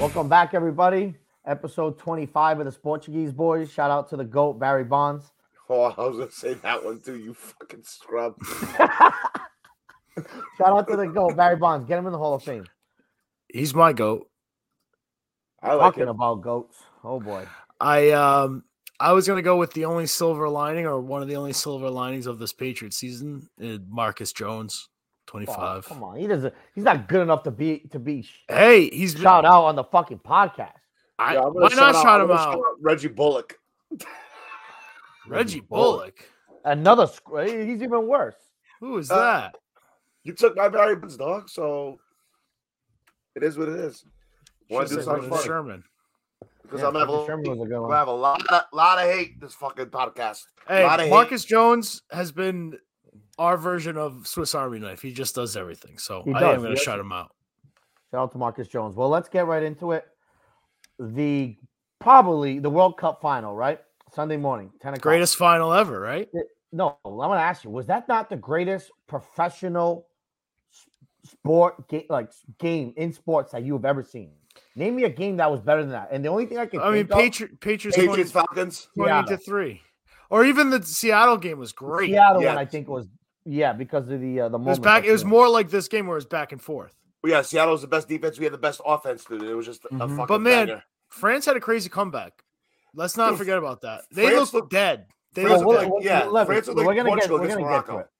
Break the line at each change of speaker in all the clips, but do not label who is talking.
Welcome back, everybody. Episode 25 of the Portuguese Boys. Shout out to the GOAT, Barry Bonds.
Oh, I was gonna say that one too. You fucking scrub.
Shout out to the GOAT, Barry Bonds. Get him in the Hall of Fame.
He's my goat.
I like
Talking
it.
about GOATs. Oh, boy.
I um I was gonna go with the only silver lining or one of the only silver linings of this Patriot season, uh, Marcus Jones, twenty
Oh,
five.
come on. He doesn't, he's not good enough to be, to be sh-
hey, he's
shout out on the fucking podcast.
I,
Yeah, I'm gonna
why not shout
I'm
him
gonna
out?
shout Reggie Bullock.
Reggie
Bullock.
Bullock.
Another, sc- he's even worse.
Who is
Uh,
that?
You took my Barry Bonds, dog. So it is what it is. Want to
Should've
do
said
something
Ronan
fun?
Sherman.
Because
Yeah,
I'm having
Patrick Sherman was a good
I'm
one.
gonna have a lot, lot of hate this fucking podcast. Lot of
Hey,
hate.
Marcus Jones has been our version of Swiss Army knife. He just does everything. So
He
I
does.
am
He
gonna
does.
shout him out.
Shout out to Marcus Jones. Well, let's get right into it. The probably the World Cup final, right? Sunday morning, 10 o'clock.
Greatest final ever, right?
No, I'm going to ask you, was that not the greatest professional s- sport ga- like s- game in sports that you have ever seen? Name me a game that was better than that. And the only thing I can
I mean,
think of-
Patri- Patriots,
Patriots
20,
Falcons.
20 to three, or even the Seattle game was great.
Seattle
Yeah.
one I think was yeah because of the uh, the
It was
moment.
back.
that
It was
you-
more like this game where it was back and forth.
Well, yeah, Seattle's the best defense. We had the best offense, dude. It was just a
Mhm.
fucking.
But man,
banger.
France had a crazy comeback. Let's not
Dude,
forget about that. They
France
looked
looked-
dead. They
France
Well,
looked
looked
we'll-
dead.
like-
we'll-
yeah,
listen,
France looked
we're
like
gonna get
Portugal
we're
against
gonna get to
Morocco.
it.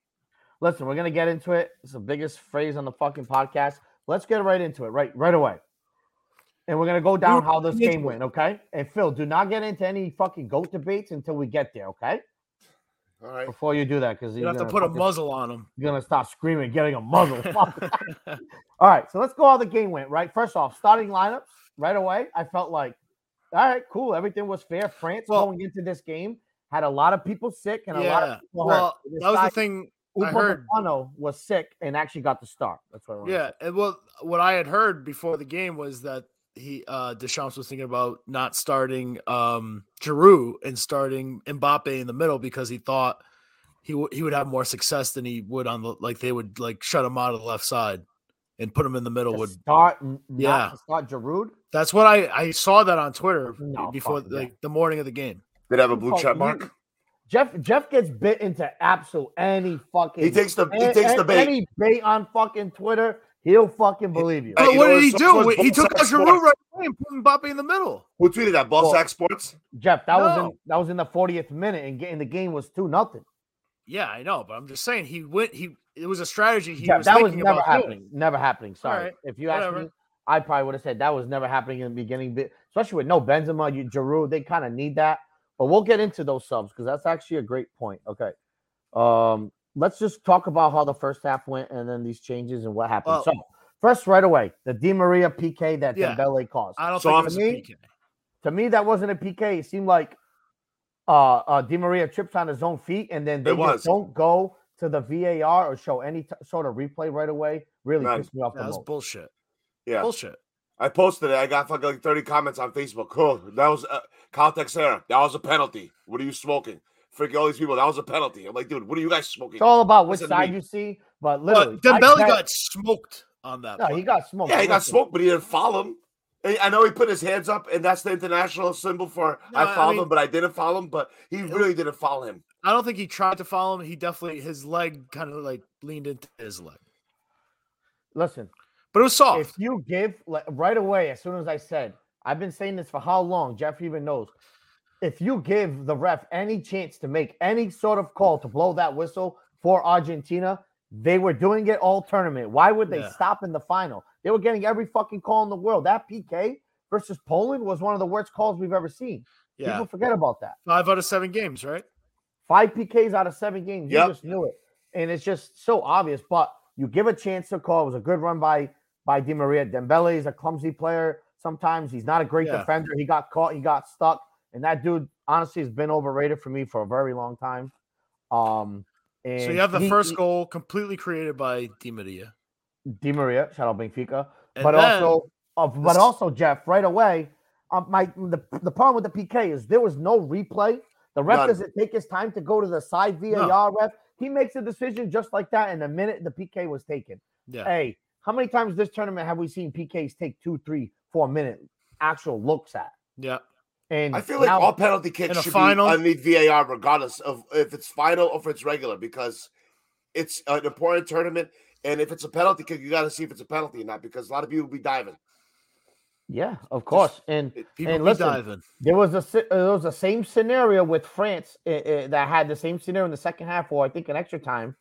Listen, we're gonna get into it. It's the biggest phrase on the fucking podcast. Let's get right into it, right, right away. And we're gonna go down how this
getting
game went, okay? And Phil, do not get into any fucking goat debates until we get there, okay?
all right.
Before you do that, because
You
you're
have to
gonna
put a
fucking-
muzzle on them.
you're gonna start screaming, getting a muzzle. Fuck. all right, so let's go how the game went, right? First off, starting lineups right away. I felt like, all right, cool, everything was fair. France
Well-
going into this game had a lot of people sick and a lot
yeah.
of people hurt.
Well,
They
that was the
decided-
thing. I heard.
Upamecano was sick and actually got the start. That's what I wanted to
Yeah. And well, what I had heard before the game was that he uh Deschamps was thinking about not starting um Giroud and starting Mbappe in the middle because he thought he w- he would have more success than he would on the like they would like shut him out of the left side and put him in the
say.
middle
To
would
start, n- not
Yeah.
to start Giroud.
That's what I I saw that on Twitter
No,
before
fuck, yeah.
like the morning of the game.
Did it have a blue
Fuck,
check
you-
mark?
Jeff Jeff gets bit into absolute any fucking.
He takes the he
a-
takes the
a-
bait.
Any bait on fucking Twitter, he'll fucking believe you.
Hey,
But
you
what
know,
did he
it's- it's
do? He
both
took out
sides
Giroud
sports.
right away and put Mbappe in the middle.
Who tweeted that? Ball
Well-
sack sports.
Jeff, that was in
No.
that was in the 40th minute, and, ga- and the game was two nothing.
Yeah, I know, but I'm just saying he went. He it was a strategy he
Jeff,
was
that was
thinking
never
about doing.
happening. Never happening. Sorry,
right,
if you asked
whatever.
me, I probably would have said that was never happening in the beginning, but- especially with no Benzema, you Giroud. They kind of need that, but we'll get into those subs because that's actually a great point. Okay, um, let's just talk about how the first half went and then these changes and what happened.
Well-
so first, right away, the Di Maria PK that
Yeah.
Dembele caused.
I don't
So
think
I'm-
it was a
Me?
PK.
to me, that wasn't a PK. It seemed like uh, uh Di Maria trips on his own feet, and then they
It
just
was.
don't go to the VAR or show any t- sort of replay right away. Really
None.
pissed me off the
That was
most.
bullshit.
Yeah,
Bullshit.
I posted it. I got fucking like thirty comments on Facebook. Cool. That was uh, Kyle Texera. That was a penalty. What are you smoking? Freaking all these people. That was a penalty. I'm like, dude, what are you guys smoking?
It's all about which
Listen to
side
me.
you see, but literally,
But
I
Dembele
bet-
got smoked on that.
no,
play.
he got smoked.
Yeah, he got
Listen,
smoked, but he didn't follow him. I- I know he put his hands up, and that's the international symbol for
No,
I
I
followed
mean-
him, but I didn't follow him. But he really didn't follow him.
I don't think he tried to follow him. He definitely his leg kind of like leaned into his leg,
Listen,
but it was
if
soft.
you give like, right away, as soon as I said, I've been saying this for how long? Jeff even knows. If you give the ref any chance to make any sort of call to blow that whistle for Argentina, they were doing it all tournament. Why would they
Yeah.
stop in the final? They were getting every fucking call in the world. That PK versus Poland was one of the worst calls we've ever seen.
Yeah,
People forget about that.
five out of seven games, right?
Five PKs out of seven games.
Yep.
You just knew it. And it's just so obvious. But you give a chance to call. It was a good run by by Di Maria. Dembele is a clumsy player. Sometimes he's not a great
Yeah.
defender. He got caught. He got stuck. And that dude honestly has been overrated for me for a very long time. Um and
So you have the
he-
first
he-
goal completely created by Di Maria,
Di Maria, shout out Benfica.
and
but
then,
also uh, but
this-
also Jeff, right away, uh, my the, the problem with the PK is there was no replay. The ref
None.
doesn't take his time to go to the side VAR ref. He makes a decision just like that in the minute the PK was taken.
yeah,
Hey, how many times this tournament have we seen PKs take two, three, four minutes actual looks at.
Yeah.
And
I feel like
now-
all penalty kicks
Hmm. in a
should
final-
be underneath VAR, regardless of if it's final or if it's regular, because it's an important tournament. And if it's a penalty kick, you got to see if it's a penalty or not, because a lot of people be diving.
yeah, of course. And
People
And
be
listen,
diving.
There was a si- uh, there was the same scenario with France uh, uh, that had the same scenario in the second half, or I think an extra time,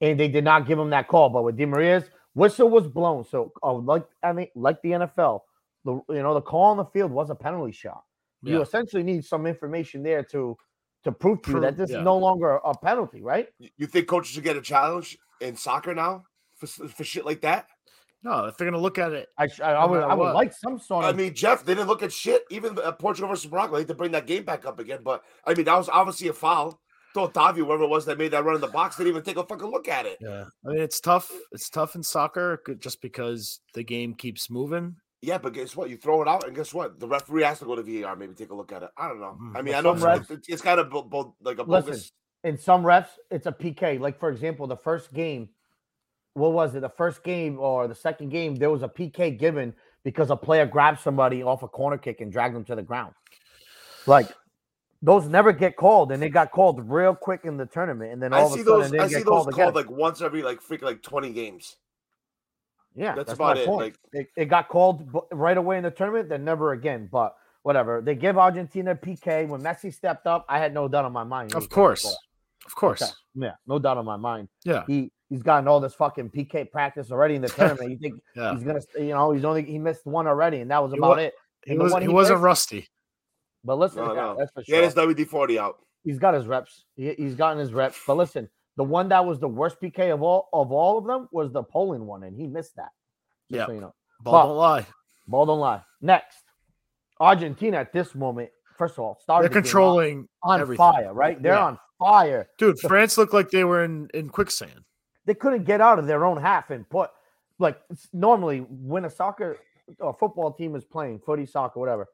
and they did not give him that call. But with Di Maria's whistle was blown, so uh, like I mean, like the NFL, the you know the call on the field was a penalty shot. You
Yeah.
essentially need some information there to to prove to you that
Prove-
this
yeah.
is no longer a penalty, right?
You- You think coaches should get a challenge in soccer now for, s- for shit like that?
No, if they're gonna look at it,
I sh- I, I would
matter
I would
what.
like some sort
I
of
mean, Jeff, they didn't look at shit. Even uh, Portugal versus Morocco, they had to bring that game back up again. But I mean, that was obviously a foul. Thought Davi, whoever it was that made that run in the box, didn't even take a fucking look at it.
yeah. I mean, it's tough. It's tough in soccer c- just because the game keeps moving.
Yeah, but guess what? You throw it out, and guess what? The referee has to go to VAR. Maybe take a look at it. I don't know.
Mhm.
I mean,
But
I know
some
it's, it's, it's kind of bo- bo- like a
Listen.
bogus.
in some refs, it's a PK. Like for example, the first game, what was it? The first game or the second game, there was a PK given because a player grabbed somebody off a corner kick and dragged them to the ground. Like those never get called, and they got called real quick in the tournament, and then all
I
of
see
a sudden
those.
they
I
get
see those
called
called
again.
like once every like freaking like twenty games.
yeah,
that's
that's,
about
my
it,
point.
like-
it, it got called b- right away in the tournament, then never again. But whatever, they give Argentina PK when Messi stepped up. I had no doubt on my mind. he was
Of
gonna
course,
score.
of course.
Okay. Yeah, no doubt on my mind.
Yeah.
he he's gotten all this fucking PK practice already in the tournament. You think
Yeah,
he's gonna, you know, he's only he missed one already, and that was
He
about
wa-
it.
he,
and the
was,
one
he
he
wasn't
missed-
rusty.
But listen,
No,
to that,
no.
that's for
Yeah,
sure.
it's WD forty out.
he's got his reps. He, he's gotten his reps. But listen, the one that was the worst PK of all of all of them was the Poland one, and he missed that. Just
Yeah.
so you know,
Ball
But-
don't lie.
ball don't lie. Next, Argentina at this moment, first of all,
They're
started the game
controlling,
on, on
everything.
fire, right? They're
Yeah.
on fire.
dude. France looked like they were in in quicksand.
they couldn't get out of their own half and put like s- normally when a soccer or football team is playing footy soccer whatever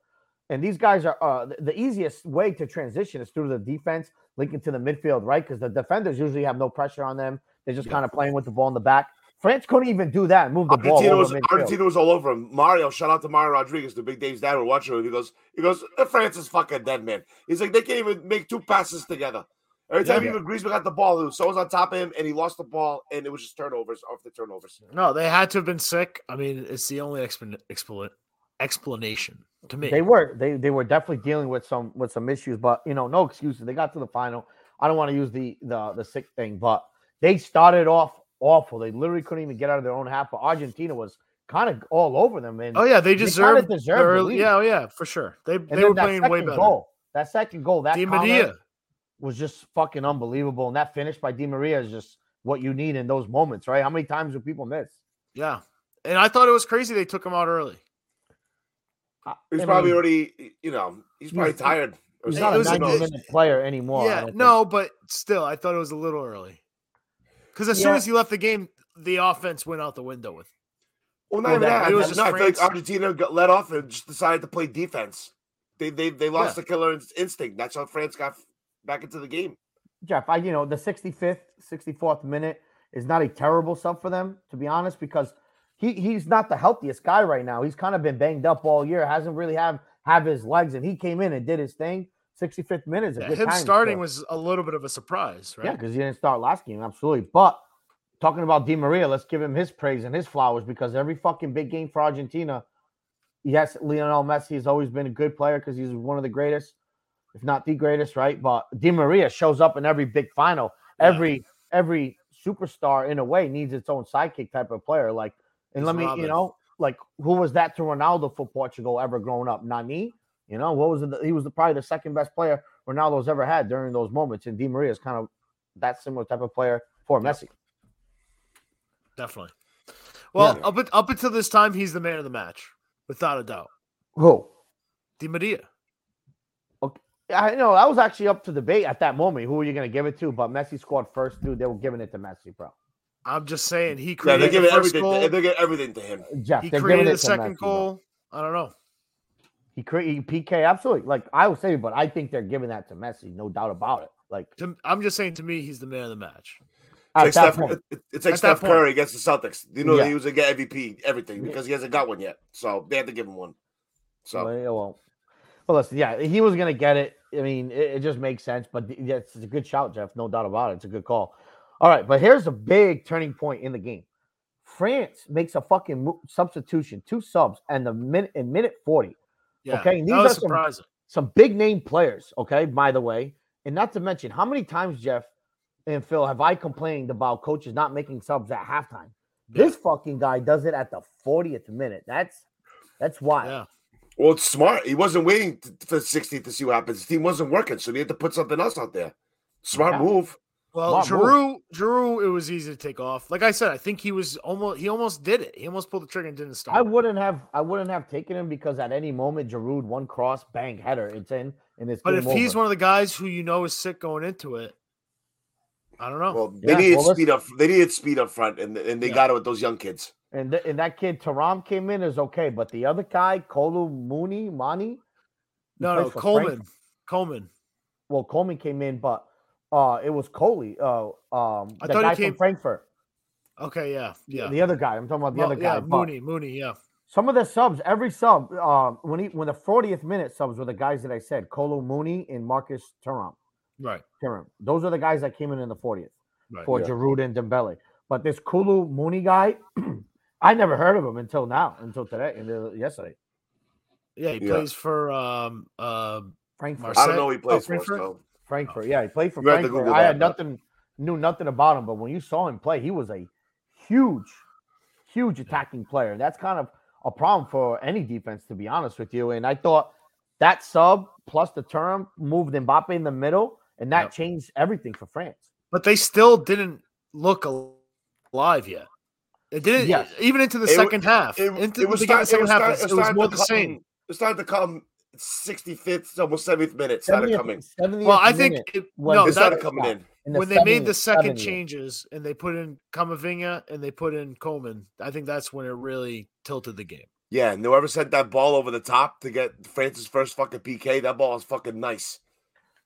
and these guys are uh, th- the easiest way to transition is through the defense linking to the midfield right because the defenders usually have no pressure on them they're just
Yeah.
kind of playing with the ball in the back france couldn't even do that and move the ball
Argentina
over
was
midfield.
Argentina was all over him. Mario, shout out to Mario Rodriguez, the big Dave's dad. We're watching him. He goes, he goes, "Eh, France is fucking dead, man. He's like, they can't even make two passes together. Every
Yeah.
time even Griezmann got the ball, it was someone's on top of him, and he lost the ball, and it was just turnovers off the turnovers.
No, they had to have been sick. I mean, it's the only explan- explan- explanation to me.
They were they they were definitely dealing with some with some issues, but you know, no excuses. They got to the final. I don't want to use the the the sick thing, but they started off awful. They literally couldn't even get out of their own half. But Argentina was kind of all over them, and
oh yeah, they
kinda
deserved.
deserved the
their early-
lead.
yeah, oh, yeah, for sure. They
and
they
then
were
that
playing way
second
better.
Goal, that second goal, that
Di
corner
Maria.
was just fucking unbelievable, and that finish by Di Maria is just what you need in those moments, right? How many times do people miss?
Yeah. And I thought it was crazy they took him out early.
I-
He's
I
probably
mean,
already, you know, he's probably
He's-
tired. or
he's
it
not a
something.
was a
90
bit-
minute player anymore. I
yeah,
don't think.
no, but still, I thought it was a little early. Because as soon
Yeah.
as he left the game, the offense went out the window with.
Well, not
Well,
even
that-
that.
it
I,
was
mean,
just
no, I feel like
France.
Argentina got let off and just decided to play defense. They they, they lost
Yeah.
the killer in- instinct. That's how France got f- back into the game.
Jeff, I you know the 65th, 64th minute is not a terrible sub for them, to be honest, because he he's not the healthiest guy right now. He's kind of been banged up all year, hasn't really have have his legs, and he came in and did his thing. 65th minute is a
Yeah,
good
him
time
starting
still.
was a little bit of a surprise,
yeah,
right?
because he didn't start last game, absolutely. But talking about Di Maria, let's give him his praise and his flowers because every fucking big game for Argentina, yes, Lionel Messi has always been a good player because he's one of the greatest, if not the greatest, right? But Di Maria shows up in every big final.
Yeah.
Every every superstar in a way needs its own sidekick type of player. Like, and
He's
let me,
Robin.
you know, like who was that to Ronaldo for Portugal ever growing up? Nani. You know, what was it? He was the, probably the second best player Ronaldo's ever had during those moments. And Di Maria is kind of that similar type of player for
Yep.
Messi.
Definitely. Well,
Yeah.
up up up until this time, he's the man of the match, without a doubt.
Who?
Di Maria.
I know that was actually up to debate at that moment. Who were you going to give it to? But Messi scored first, dude. They were giving it to Messi, bro.
I'm just saying he
Yeah,
created
they give
the
it
first
everything.
goal.
They, they give everything to him.
Jeff,
he
they're
created
giving it
the
to
second
Messi, bro.
goal. I don't know.
He created PK, absolutely. Like I would say, but I think they're giving that to Messi, no doubt about it. Like
To- I'm just saying to me, he's the man of the match.
It's
at
like,
that
Steph,
point,
it- it's like
At that
Steph
point.
Curry against the Celtics. You know,
Yeah.
he was going to get MVP, everything,
Yeah.
because he hasn't got one yet. So they have to give him one. So
Well, it won't. Well, listen, yeah, he was gonna get it. I mean, it, it just makes sense. But th- yeah, it's a good shout, Jeff. No doubt about it. It's a good call. All right, but here's a big turning point in the game. France makes a fucking mo- substitution, two subs, and the minute in minute forty,
Yeah.
Okay, these
that was
are some-
surprising.
some big name players. Okay, by the way, and not to mention how many times Jeff and Phil have I complained about coaches not making subs at halftime? This fucking guy does it at the fortieth minute. That's that's wild.
Yeah.
well, it's smart. He wasn't waiting t- for the 60th to see what happens. His team wasn't working, so they had to put something else out there. Smart
Yeah.
move.
Well,
Smart move.
Drew, Drew, it was easy to take off. Like I said, I think he was almost he almost did it. He almost pulled the trigger and didn't stop.
I wouldn't have I wouldn't have taken him because at any moment Giroud one cross bang header it's in and it's
but if
game
he's
over.
one of the guys who you know is sick going into it, I don't know.
Well, they
Yeah,
needed
well, let's-
speed up. They needed speed up front, and and they
Yeah.
got it with those young kids.
and th- and that kid Taram came in is okay but the other guy Kolu Mooney Mani
no,
plays
no,
for
Coleman,
Frank-
Coleman.
well Coleman came in but uh it was Coley uh um
I
the
thought he
guy
came-
from Frankfurt
Okay, yeah, yeah.
the other guy I'm talking about the
Well,
other guy
yeah,
but
Mooney, Mooney, yeah.
some of the subs every sub um when he when the 40th minute subs were the guys that I said Kolu Mooney and Marcus Taram
Right,
Taram those are the guys that came in in the 40th
right.
for
Yeah.
Giroud and Dembele. But this Kulu Mooney guy, I never heard of him until now, until today, until yesterday.
yeah, he
Yeah.
plays for um um
Frankfurt,
Marseille.
I don't know who he
Oh,
plays for.
Frankfurt?
So.
Frankfurt, yeah, he played for
You had to
Frankfurt.
Google
I
that,
had
but-
nothing, knew nothing about him, but when you saw him play, he was a huge, huge attacking player, and that's kind of a problem for any defense, to be honest with you. And I thought that sub plus the term moved Mbappe in the middle, and that
Yep.
changed everything for France.
but they still didn't look al- alive yet. It didn't
Yes.
even into the
It w-
second half.
It,
into
it was
the
start- it
beginning of the second
was
half,
start-
it's- it
it
was
started
more
to
the
come-
same.
It started to come 65th, almost 70th minute. Started coming.
70th, 70th
Well, I think
minute
it,
was
no,
It
the
that,
started coming in.
in
when they made the
70th,
second
70th.
changes and they put in Kamavinga and they put in Coleman, I think that's when it really tilted the game.
Yeah, and whoever sent that ball over the top to get Francis' first fucking PK, that ball is fucking nice.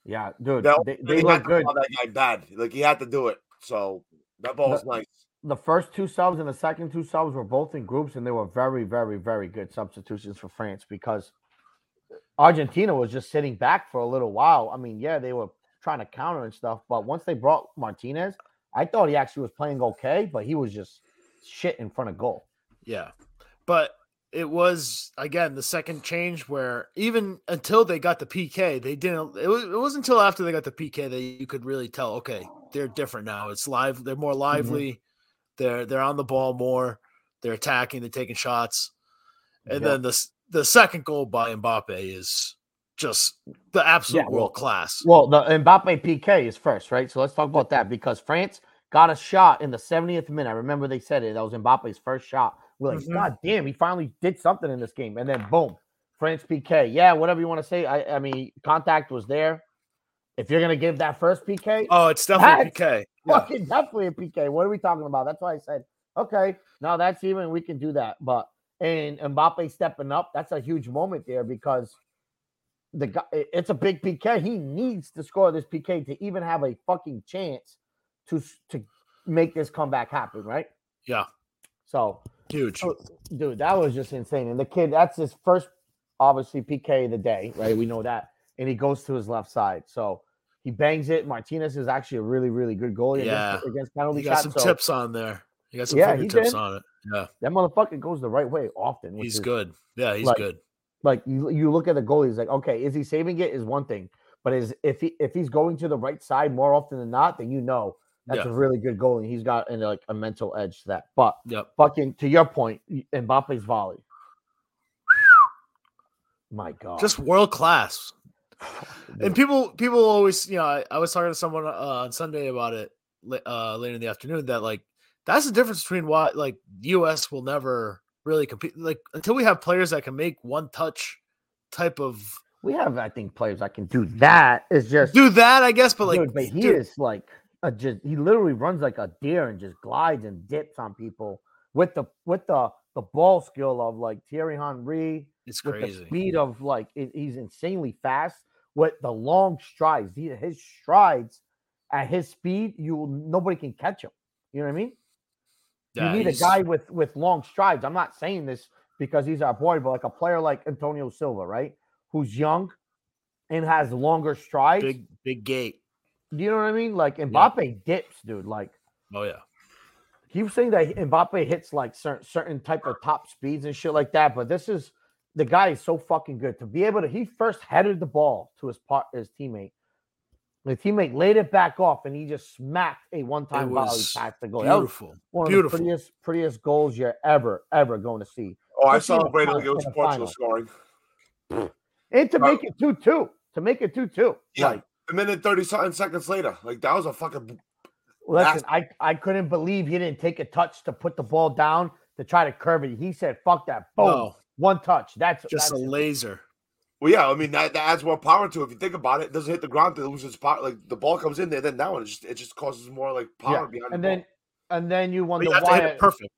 Yeah, dude,
That-
they,
he
they
had
look
to
good.
call That guy bad. Like he had to do it. So that ball was
The-
nice.
The first two subs and the second two subs were both in groups, and they were very, very, very good substitutions for France because Argentina was just sitting back for a little while. I mean, yeah, they were trying to counter and stuff, but once they brought Martinez, I thought he actually was playing okay, but he was just shit in front of goal.
Yeah. But it was again the second change where even until they got the PK, they didn't it was it wasn't until after they got the PK that you could really tell, okay, they're different now. It's live, they're
Mm-hmm.
more lively, they're they're on the ball more, they're attacking, they're taking shots. And
Yeah.
then the s- the second goal by Mbappe is just the absolute
Yeah, well-
world class.
Well, the Mbappe PK is first, right? So let's talk about that because France got a shot in the 70th minute. I remember they said it. That was Mbappe's first shot. We're like,
Mhm.
God damn, he finally did something in this game. And then boom, France PK. Yeah, whatever you want to say. I, I mean, contact was there. If you're gonna give that first PK,
Oh, it's definitely
That's-
PK. Yeah.
fucking definitely a PK. What are we talking about? That's why I said, okay, now that's even we can do that. But and Mbappe stepping up, that's a huge moment there because the guy it- it's a big PK. He needs to score this PK to even have a fucking chance to s- to make this comeback happen, right?
Yeah.
So,
Huge.
Oh, dude, that was just insane. And the kid, that's his first obviously PK of the day, right? We know that. And he goes to his left side. So he bangs it. Martinez is actually a really, really good goalie against, against penalty
You got
shots.
some
so
tips on there. You got some
Yeah, he
fingertips
did.
on it. Yeah,
That motherfucker goes the right way often. Which
he's
is,
good. Yeah, he's
like,
good.
Like you, you look at the goalie, he's like, okay, is he saving it? Is one thing, but is if he if he's going to the right side more often than not, then you know that's
Yeah.
a really good goalie. He's got and like a mental edge to that. But
Yep.
fucking to your point, y- Mbappe's volley. My God,
just world class. And people, people always, you know, I, I was talking to someone uh, on Sunday about it la- uh, late in the afternoon that like that's the difference between why like U.S. will never really compete like until we have players that can make one touch type of
we have I think players that can do that. It's just
do that I guess, but like
dude, but he
dude,
is like a just he literally runs like a deer and just glides and dips on people with the with the the ball skill of like Thierry Henry
it's
with
crazy.
the speed of like it, he's insanely fast with the long strides. He, his strides at his speed, you will- nobody can catch him. You know what I mean?
Yeah,
you need a
he's-
guy with with long strides. I'm not saying this because he's our boy, but like a player like Antonio Silva, right? Who's young and has longer strides.
Big big gate.
You know what I mean? Like Mbappe dips, dude. Like
Oh yeah.
keep saying that Mbappe hits like certain certain type of top speeds and shit like that, but this is the guy is so fucking good to be able to. He first headed the ball to his part his teammate. The teammate laid it back off, and he just smacked a one-time volley
was
past the goal. That was
Beautiful.
one of
Beautiful.
the prettiest, prettiest goals you're ever, ever going to see.
Oh, I
Let's see the
celebrated
final-
like it was
the final.
Portugal scoring.
And to
Right.
make it two-two, to make it two-two.
Yeah.
Like,
A minute thirty something seconds later, like that was a fucking
listen, I, I couldn't believe he didn't take a touch to put the ball down to try to curve it. He said, "Fuck that, boom,
No,
one touch." That's
just a
that's,
laser.
Well, yeah, I mean that, that adds more power to it. If you think about it, it doesn't hit the ground, it loses power. Like the ball comes in there, then that one it just it just causes more like power
Yeah,
behind.
and
the
then
ball.
and then you
But
wonder
you have to
why
hit it perfect.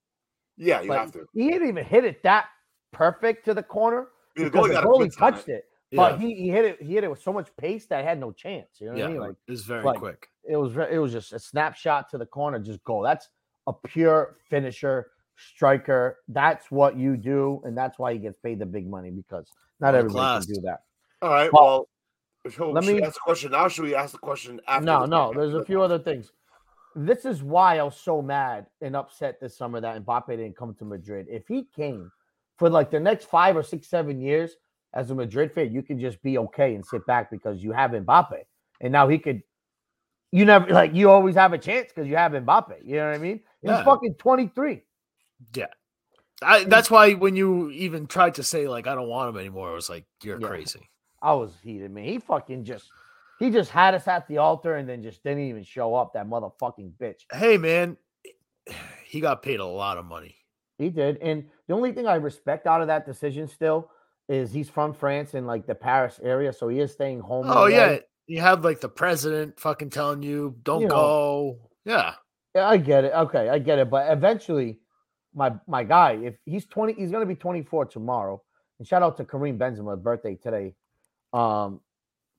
yeah, you
like,
have to.
he didn't even hit it that perfect to the corner
I mean,
because the
got a
goalie
good time.
touched it,
Yeah.
but he, he hit it he hit it with so much pace that I had no chance. You know what
yeah.
I mean? Like
it was very
like-
quick.
it was re- it was just a snapshot to the corner, just goal. That's a pure finisher striker. That's what you do, and that's why he gets paid the big money because not
World
everybody
class.
can do that.
All right.
Well,
Well, should
let
let me
me-
ask the question now. Should we ask the question after?
No,
this?
no, there's a few other things. This is why I was so mad and upset this summer that Mbappe didn't come to Madrid. If he came for like the next five or six, seven years as a Madrid fan, you can just be okay and sit back because you have Mbappe. And now he could, you never like, you always have a chance because you have Mbappe. You know what I mean?
Yeah.
He's fucking 23.
I, that's why when you even tried to say like I don't want him anymore, I was like you're
Yeah.
crazy.
I was heated, man. He fucking just, he just had us at the altar and then just didn't even show up. That motherfucking bitch.
Hey man, he got paid a lot of money.
He did. And the only thing I respect out of that decision still is he's from France and like the Paris area. So he is staying home.
Oh
all
yeah,
day.
you have like the president fucking telling you don't
You know.
go. Yeah,
Yeah, I get it. Okay, I get it. But eventually, my my guy, if he's 20, he's gonna be 24 tomorrow. And shout out to Kareem Benzema, birthday today. Um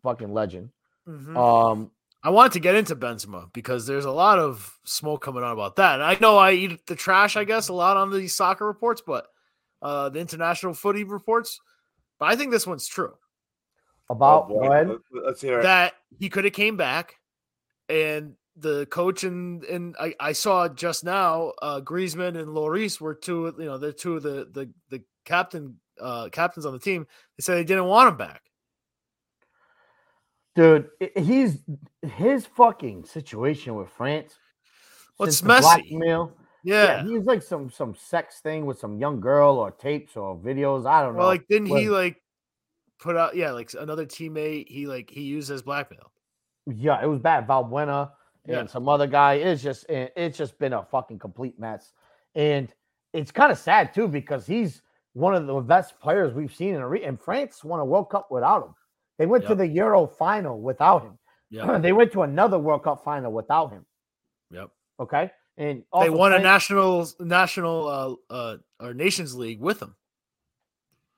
fucking legend.
Mm.
Um
I want to get into Benzema because there's a lot of smoke coming out about that. And I know I eat the trash, I guess, a lot on the soccer reports, but uh, the international footy reports. But I think this one's true
about
boy.
when
Let's- Let's hear it.
that he could have came back, and the coach and and I, I saw just now uh, Griezmann and Lloris were two of- you know they're two of the the the captain uh, captains on the team. They said they didn't want him back.
dude i- he's his fucking situation with France.
Well, it's
since the
messy.
Blackmail, Yeah,
Yeah.
he's like some some sex thing with some young girl or tapes or videos. I don't know.
Well, like didn't he
Like-
like put out yeah like another teammate he like he used as blackmail.
yeah, it was bad. Valbuena and
Yeah.
some other guy. It's just it- it's just been a fucking complete mess, and it's kind of sad too because he's one of the best players we've seen in a re- and France won a World Cup without him. They went to
Yep.
the Euro final without him.
Yeah.
they went to another World Cup final without him.
Yep.
Okay, and
They
also
won a
playing-
national national uh uh or nations league with him.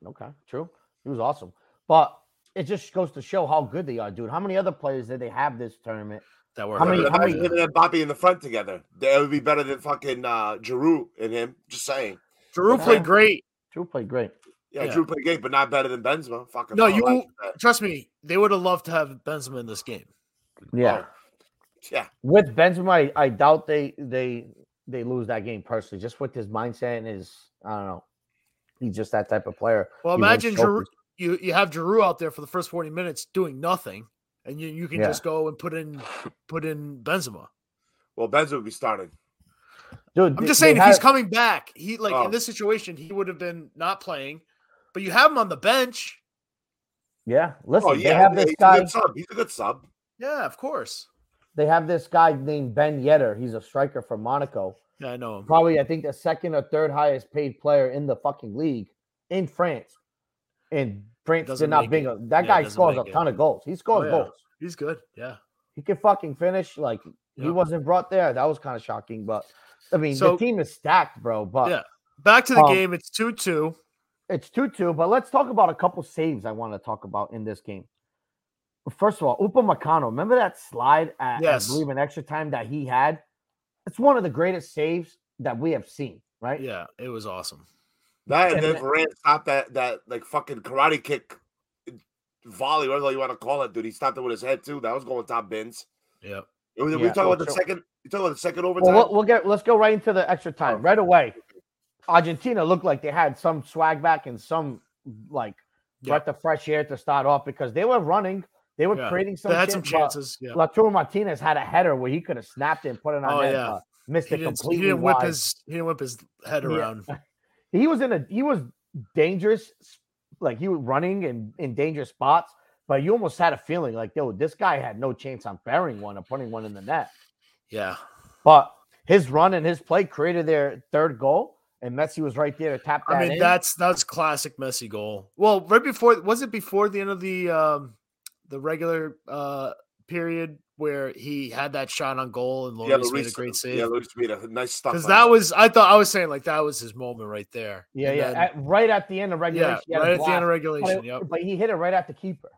Okay, true. He was awesome. But it just goes to show how good they are, dude. How many other players did they have this tournament?
That were
How many-
Imagine
how many-
him and Bobby in the front together. That would be better than fucking uh, Giroud and him. Just saying.
Giroud played
Yeah.
great.
Drew played great.
Yeah,
Yeah.
Drew played great, but not better than Benzema. Fucking
No,
hell,
you-
I like that.
Trust me, they would have loved to have Benzema in this game.
Yeah.
Oh, yeah.
With Benzema, I, I doubt they they they lose that game personally. Just with his mindset and his I don't know. He's just that type of player.
Well,
He wins
imagine Giroud,
trophies.
you you have Giroud out there for the first 40 minutes doing nothing and you, you can
Yeah.
just go and put in put in Benzema.
Well, Benzema would be starting.
Dude,
I'm
they-
just
they
saying, if he's
had-
coming back, he like
Oh.
in this situation, he would have been not playing, but you have him on the bench.
Yeah, listen,
Oh
they
yeah,
have
he's
this
a
guy.
good sub. He's a good sub.
Yeah, of course.
They have this guy named Ben Yedder. He's a striker from Monaco.
Yeah, I know him.
Probably, I think the second or third highest paid player in the fucking league in France. And France
Doesn't
did not
make
big.
it.
That
Yeah,
guy
doesn't
scores a
make it. Oh,
ton of goals. He scores
yeah.
goals.
He's good. Yeah.
He can fucking finish. Like he
Yeah.
wasn't brought there. That was kind of shocking. But I mean,
So-
the team is stacked, bro. But
Yeah. Back to the
Um,
game. It's 2 2.
it's two two. But let's talk about a couple saves I want to talk about in this game. First of all, Upa Meccano, remember that slide at
Yes.
I believe an extra time that he had? It's one of the greatest saves that we have seen, right?
Yeah. It was awesome.
That and then Varane stopped that that like fucking karate kick volley, whatever you want to call it, dude. He stopped it with his head too. That was going top bins.
Yeah.
It was- We
Yeah.
talking about the
Sure.
second. You talking about the second overtime?
Well, we'll, we'll get let's go right into the extra
Oh.
time right away. Argentina looked like they had some swag back and some like
Yeah.
breath of fresh air to start off because they were running, they were
Yeah.
creating some.
They had
shit,
some
but
chances. Yeah.
Latour Martinez had a header where he could have snapped it and put it on
Oh,
net,
yeah.
but missed
He
it
didn't, he
completely.
didn't whip
wide.
his he didn't whip his head
Yeah.
around.
He was in a he was dangerous, like he was running and in dangerous spots. But you almost had a feeling like, yo, this guy had no chance on burying one or putting one in the net.
Yeah.
But his run and his play created their third goal, and Messi was right there to tap that
I mean
in.
that's that's classic Messi goal. Well, right before was it before the end of the um the regular uh period where he had that shot on goal and Loris made a great save.
Yeah, Luis made a nice stuff.
Because
on
that was, I thought I was saying like that was his moment right there.
yeah,
And
yeah,
then-
at- right at the end of regulation. he
yeah,
had a
right at the end of
block, but
regulation.
it-
Yep.
But he hit it right at the keeper.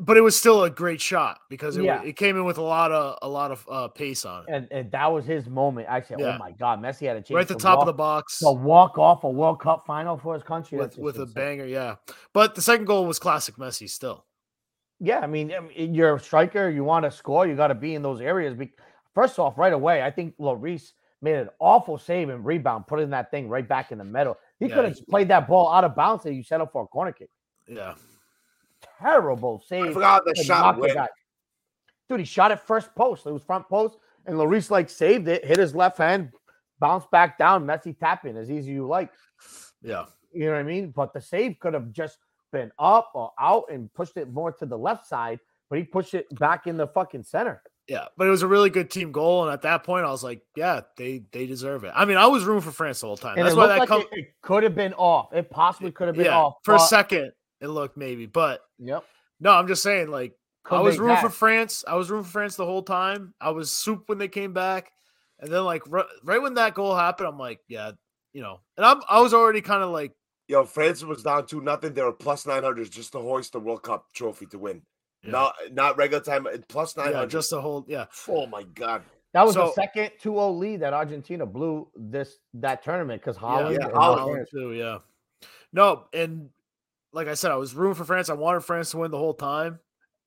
But it was still a great shot because it, wa-
Yeah.
it came in with a lot of a lot of uh, pace on it.
And, and that was his moment. I said,
Yeah.
"Oh my God, Messi had a chance."
right at the
to
top
walk,
of the box
to walk off a World Cup final for his country That's
with
just
with a
insane.
banger. Yeah. But the second goal was classic Messi still.
Yeah, I mean, I mean, you're a striker. You want to score. You got to be in those areas. Be- First off, right away, I think Lloris made an awful save and rebound, putting that thing right back in the middle. He
Yeah,
could have played that ball out of bounds, and you set up for a corner kick.
Yeah.
Terrible
I
save.
forgot how that
to
shot
knock it
went.
back. Dude, he shot it first post. It was front post, and Lloris like saved it, hit his left hand, bounced back down. Messi tapping as easy you like.
Yeah.
You know what I mean? But the save could have just been up or out and pushed it more to the left side, but he pushed it back in the fucking center.
Yeah. But it was a really good team goal. And at that point I was like, yeah, they they deserve it. I mean, I was rooting for France the whole time.
And
That's
it
why
looked
that
like
come
it, it could have been off. It possibly could have been
yeah,
off.
for a
but-
second it looked maybe. But
Yep.
no, I'm just saying, like I
Could've
was
been
rooting for
that.
France. I was rooting for France the whole time. I was soup when they came back, and then like ri- right when that goal happened, I'm like, yeah, you know. And I'm I was already kind of like,
Yo, France was down two nothing. They were plus nine hundred just to hoist the World Cup trophy to win.
Yeah.
Not not regular time. uh, Plus
yeah,
nine hundred.
just the whole yeah.
oh my god.
That was
So-
the second 2-0 lead that Argentina blew this that tournament because Holland.
yeah,
and
Holland.
Argentina-
Holland too, yeah. No, and like I said, I was rooting for France. I wanted France to win the whole time.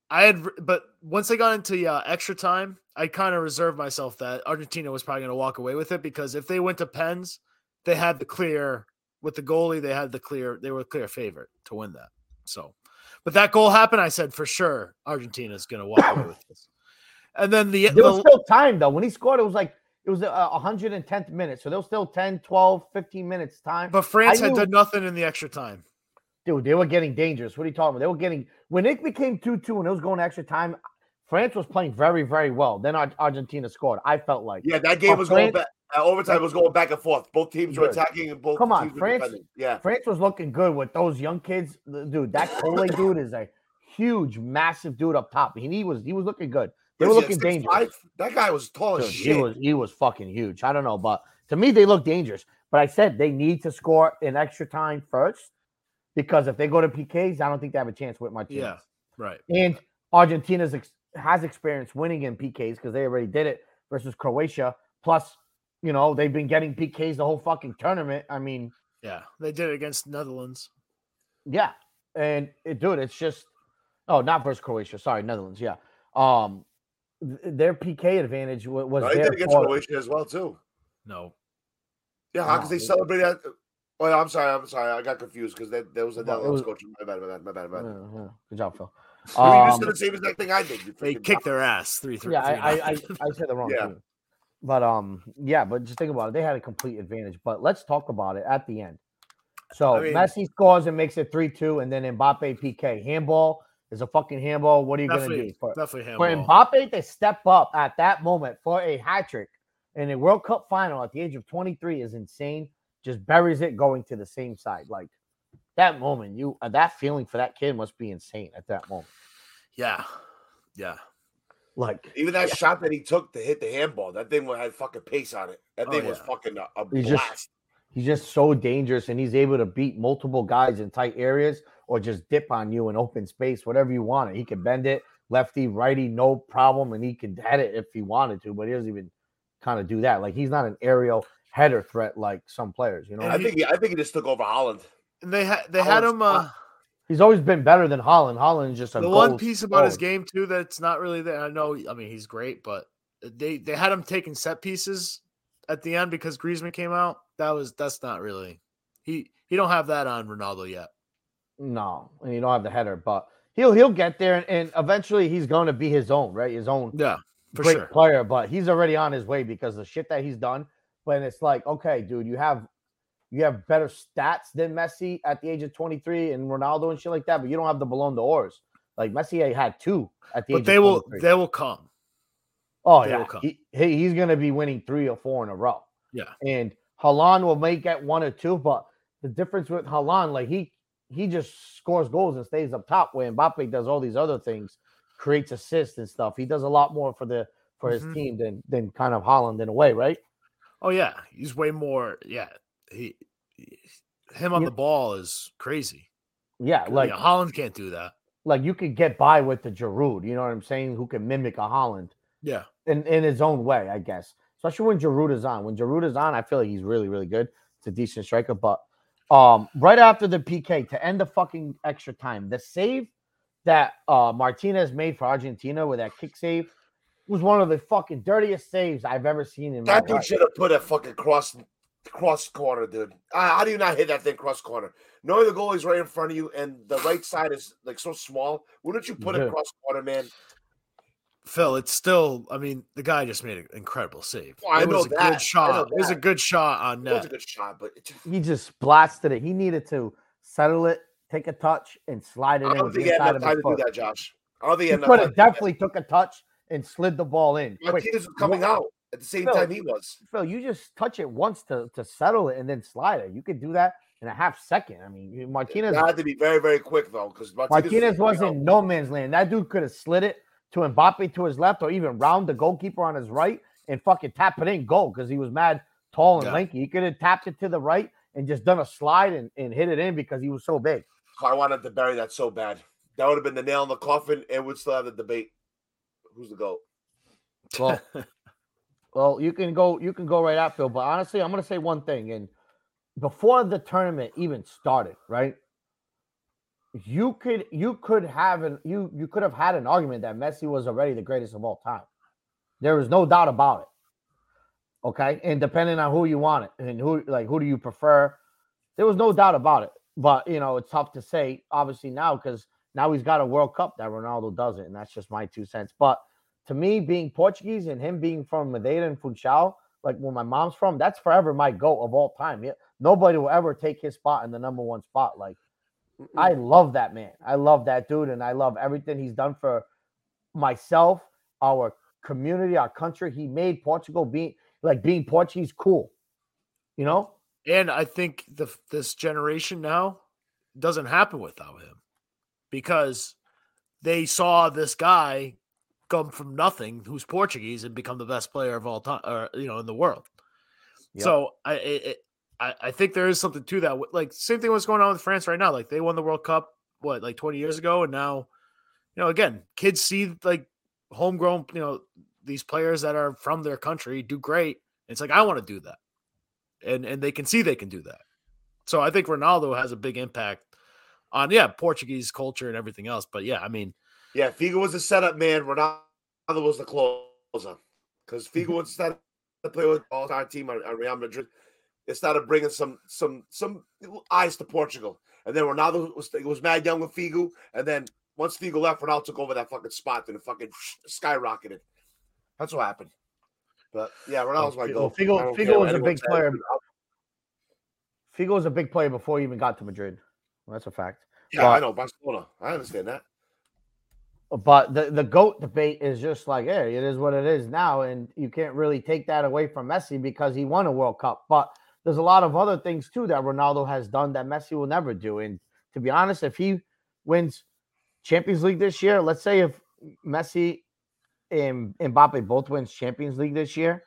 I had, r- but once they got into uh, extra time, I kind of reserved myself that Argentina was probably going to walk away with it because if they went to pens, they had the clear with the goalie. They had the clear. They were a clear favorite to win that. So, but that goal happened. I said for sure Argentina's going to walk away with this. And then the,
There was
the
still time though. When he scored, it was like it was uh, a 110th minute. So there was still 10, 12, 15 minutes time.
but France had
knew-
done nothing in the extra time.
Dude, they were getting dangerous. What are you talking about? They were getting when it became 2-2 and it was going to extra time. France was playing very, very well. Then Ar- Argentina scored. I felt like
Yeah, that game
But
was going
Oh, France-
back. Uh, overtime was going back and forth. Both teams were
Good.
attacking and both
Come on,
teams were
France-
defending. Yeah.
France was looking good with those young kids. Th- Dude, that Cole dude is a huge, massive dude up top. And he was he was looking good. They were
Was he a
looking dangerous.
6'5"? That guy was tall as
Dude, he
Oh, shit.
was he was fucking huge. I don't know, but to me they look dangerous. But I said they need to score in extra time first because if they go to PKs, I don't think they have a chance with Martinez.
Yeah, right.
And Argentina's ex- has experience winning in PKs because they already did it versus Croatia. Plus, you know they've been getting PKs the whole fucking tournament. I mean,
Yeah, they did it against Netherlands.
yeah, and it, dude, it's just oh, not versus Croatia. Sorry, Netherlands. Yeah, um, th- their PK advantage wa- was
No, he
there.
did against Croatia as well too.
No,
Yeah, how 'cause
No,
they
they-
celebrated? At, oh, yeah, I'm sorry. I'm sorry. I got confused because there, there was a
Well, it
Netherlands
was-
coach. My bad. My bad. My bad. My bad.
Good job, Phil.
I mean, you
Um,
said the same exact thing I did. You
They
freaking-
kicked their ass three three.
yeah, I, I, I,
three-nine.
I said the wrong
Yeah.
team. But um, yeah, but just think about it. They had a complete advantage. But let's talk about it at the end. So
I mean-
Messi scores and makes it three two, and then Mbappe PK handball is a fucking handball. What are you gonna do?
definitely,
For,
definitely
for
handball.
Mbappe to step up at that moment for a hat trick in a World Cup final at the age of twenty three is insane. Just buries it going to the same side. Like that moment, you uh, that feeling for that kid must be insane at that moment.
yeah, yeah.
Like
Even that shot that he took to hit the handball, that thing had fucking pace on it. That
Oh,
thing was
yeah.
fucking a, a
He
blast.
just- he's just so dangerous and he's able to beat multiple guys in tight areas or just dip on you in open space, whatever you want. He can bend it lefty, righty, no problem, and he can head it if he wanted to, but he doesn't even kind of do that. Like he's not an aerial header threat like some players. You know,
I think he, I think he just took over Holland.
And they had they had
Holland's
him. Uh,
fine. he's always been better than Holland. Holland is just a
the one
goal
piece about his
scorer.
game too that's not really there. I know. I mean, he's great, but they they had him taking set pieces at the end because Griezmann came out. That was that's not really he he don't have that on Ronaldo yet.
No, and you don't have the header, but he'll he'll get there, and, and eventually he's going to be his own, right? His own
Yeah, for
great
sure.
player, but he's already on his way because the shit that he's done. But it's like, okay, dude, you have you have better stats than Messi at the age of 23 and Ronaldo and shit like that, but you don't have the Ballon d'Ors. Like Messi had two at the age
But they
of
will
23.
they will come.
oh
they
yeah,
will come.
he, he- he's gonna be winning three or four in a row.
Yeah.
and Halan will make get one or two, but the difference with Halan, like he he just scores goals and stays up top, where Mbappe does all these other things, creates assists and stuff. He does a lot more for the for
Mhm.
his team than than kind of Holland in a way, right?
Oh yeah, he's way more. Yeah, he, he- him on
You-
the ball is crazy.
Yeah,
Like
like
Holland can't do that.
like you could get by with the Giroud, you know what I'm saying? Who can mimic a Holland
Yeah,
in in his own way, I guess. Especially when Giroud is on. When Giroud is on, I feel like he's really really good. It's a decent striker, but um, right after the PK to end the fucking extra time, the save that uh, Martinez made for Argentina with that kick save was one of the fucking dirtiest saves I've ever seen in my
That dude
life.
should have put a fucking cross cross corner, dude. Ah, how do you not hit that thing cross corner? Knowing the goalie's right in front of you and the right side is like so small, wouldn't you put
Yeah.
a cross corner, man?
Phil, it's still. I mean, the guy just made an incredible save.
Well, Oh, I
it was
know
a
that. I know
good shot. It was a
that.
good shot on
It was a
net.
good shot, but it just,
He just blasted it. He needed to settle it, take a touch, and slide it
I
in
don't
with
think
the
he
inside
had enough
of
time
his
to
foot.
do that, Josh. I don't think he
He
had enough
could
time.
have definitely took a touch and slid the ball in. Quick.
Martinez was coming out at the same
No.
time he was.
Phil, you just touch it once to, to settle it and then slide it. You could do that in a half second. I mean, you- Martinez
Martinez had to be very, very quick though, because
Martinez was in no man's land. That dude could have slid it to Mbappe to his left or even round the goalkeeper on his right and fucking tap it in goal because he was mad tall and
Yeah.
lanky. He could have tapped it to the right and just done a slide and, and hit it in because he was so big.
I wanted to bury that so bad. That would have been the nail in the coffin, and we'd still have the debate. Who's the goat?
Well, well, you can go, you can go right out, Phil. But honestly, I'm gonna say one thing. And before the tournament even started, right? You could you could have an you you could have had an argument that Messi was already the greatest of all time. There is no doubt about it. Okay, and depending on who you want it and who like who do you prefer, there was no doubt about it. But you know, it's tough to say obviously now because now he's got a World Cup that Ronaldo doesn't, and that's just my two cents. But to me, being Portuguese and him being from Madeira and Funchal, like where my mom's from, that's forever my goat of all time. Yeah, nobody will ever take his spot in the number one spot. Like, I love that man. I love that dude, and I love everything he's done for myself, our community, our country. He made Portugal be like being Portuguese cool. You know,
And I think the f- this generation now doesn't happen without him because they saw this guy come from nothing who's Portuguese and become the best player of all time or you know in the world.
Yep.
So I it, it- I I think there is something to that. W- Like same thing what's going on with France right now. Like they won the World Cup what like 20 years ago and now you know again kids see like homegrown you know these players that are from their country do great. It's like I want to do that and and they can see they can do that. So I think Ronaldo has a big impact on yeah Portuguese culture and everything else. But yeah, I mean
Yeah, Figo was the setup man. Ronaldo was the closer. Because Figo was set up to play with all our team on, on Real Madrid. It started bringing some some some eyes to Portugal. And then Ronaldo was was mad young with Figo. And then once Figo left, Ronaldo took over that fucking spot and it fucking skyrocketed. That's what happened. But yeah, Ronaldo's my
Well,
goal.
Figo- Figo was a big player. Figo was a big player before he even got to Madrid. Well, that's a fact.
Yeah, I know Barcelona. I understand that.
But the, the GOAT debate is just like, yeah, it is what it is now. And you can't really take that away from Messi because he won a World Cup. But there's a lot of other things too that Ronaldo has done that Messi will never do. And to be honest, if he wins Champions League this year, let's say if Messi and Mbappe both wins Champions League this year,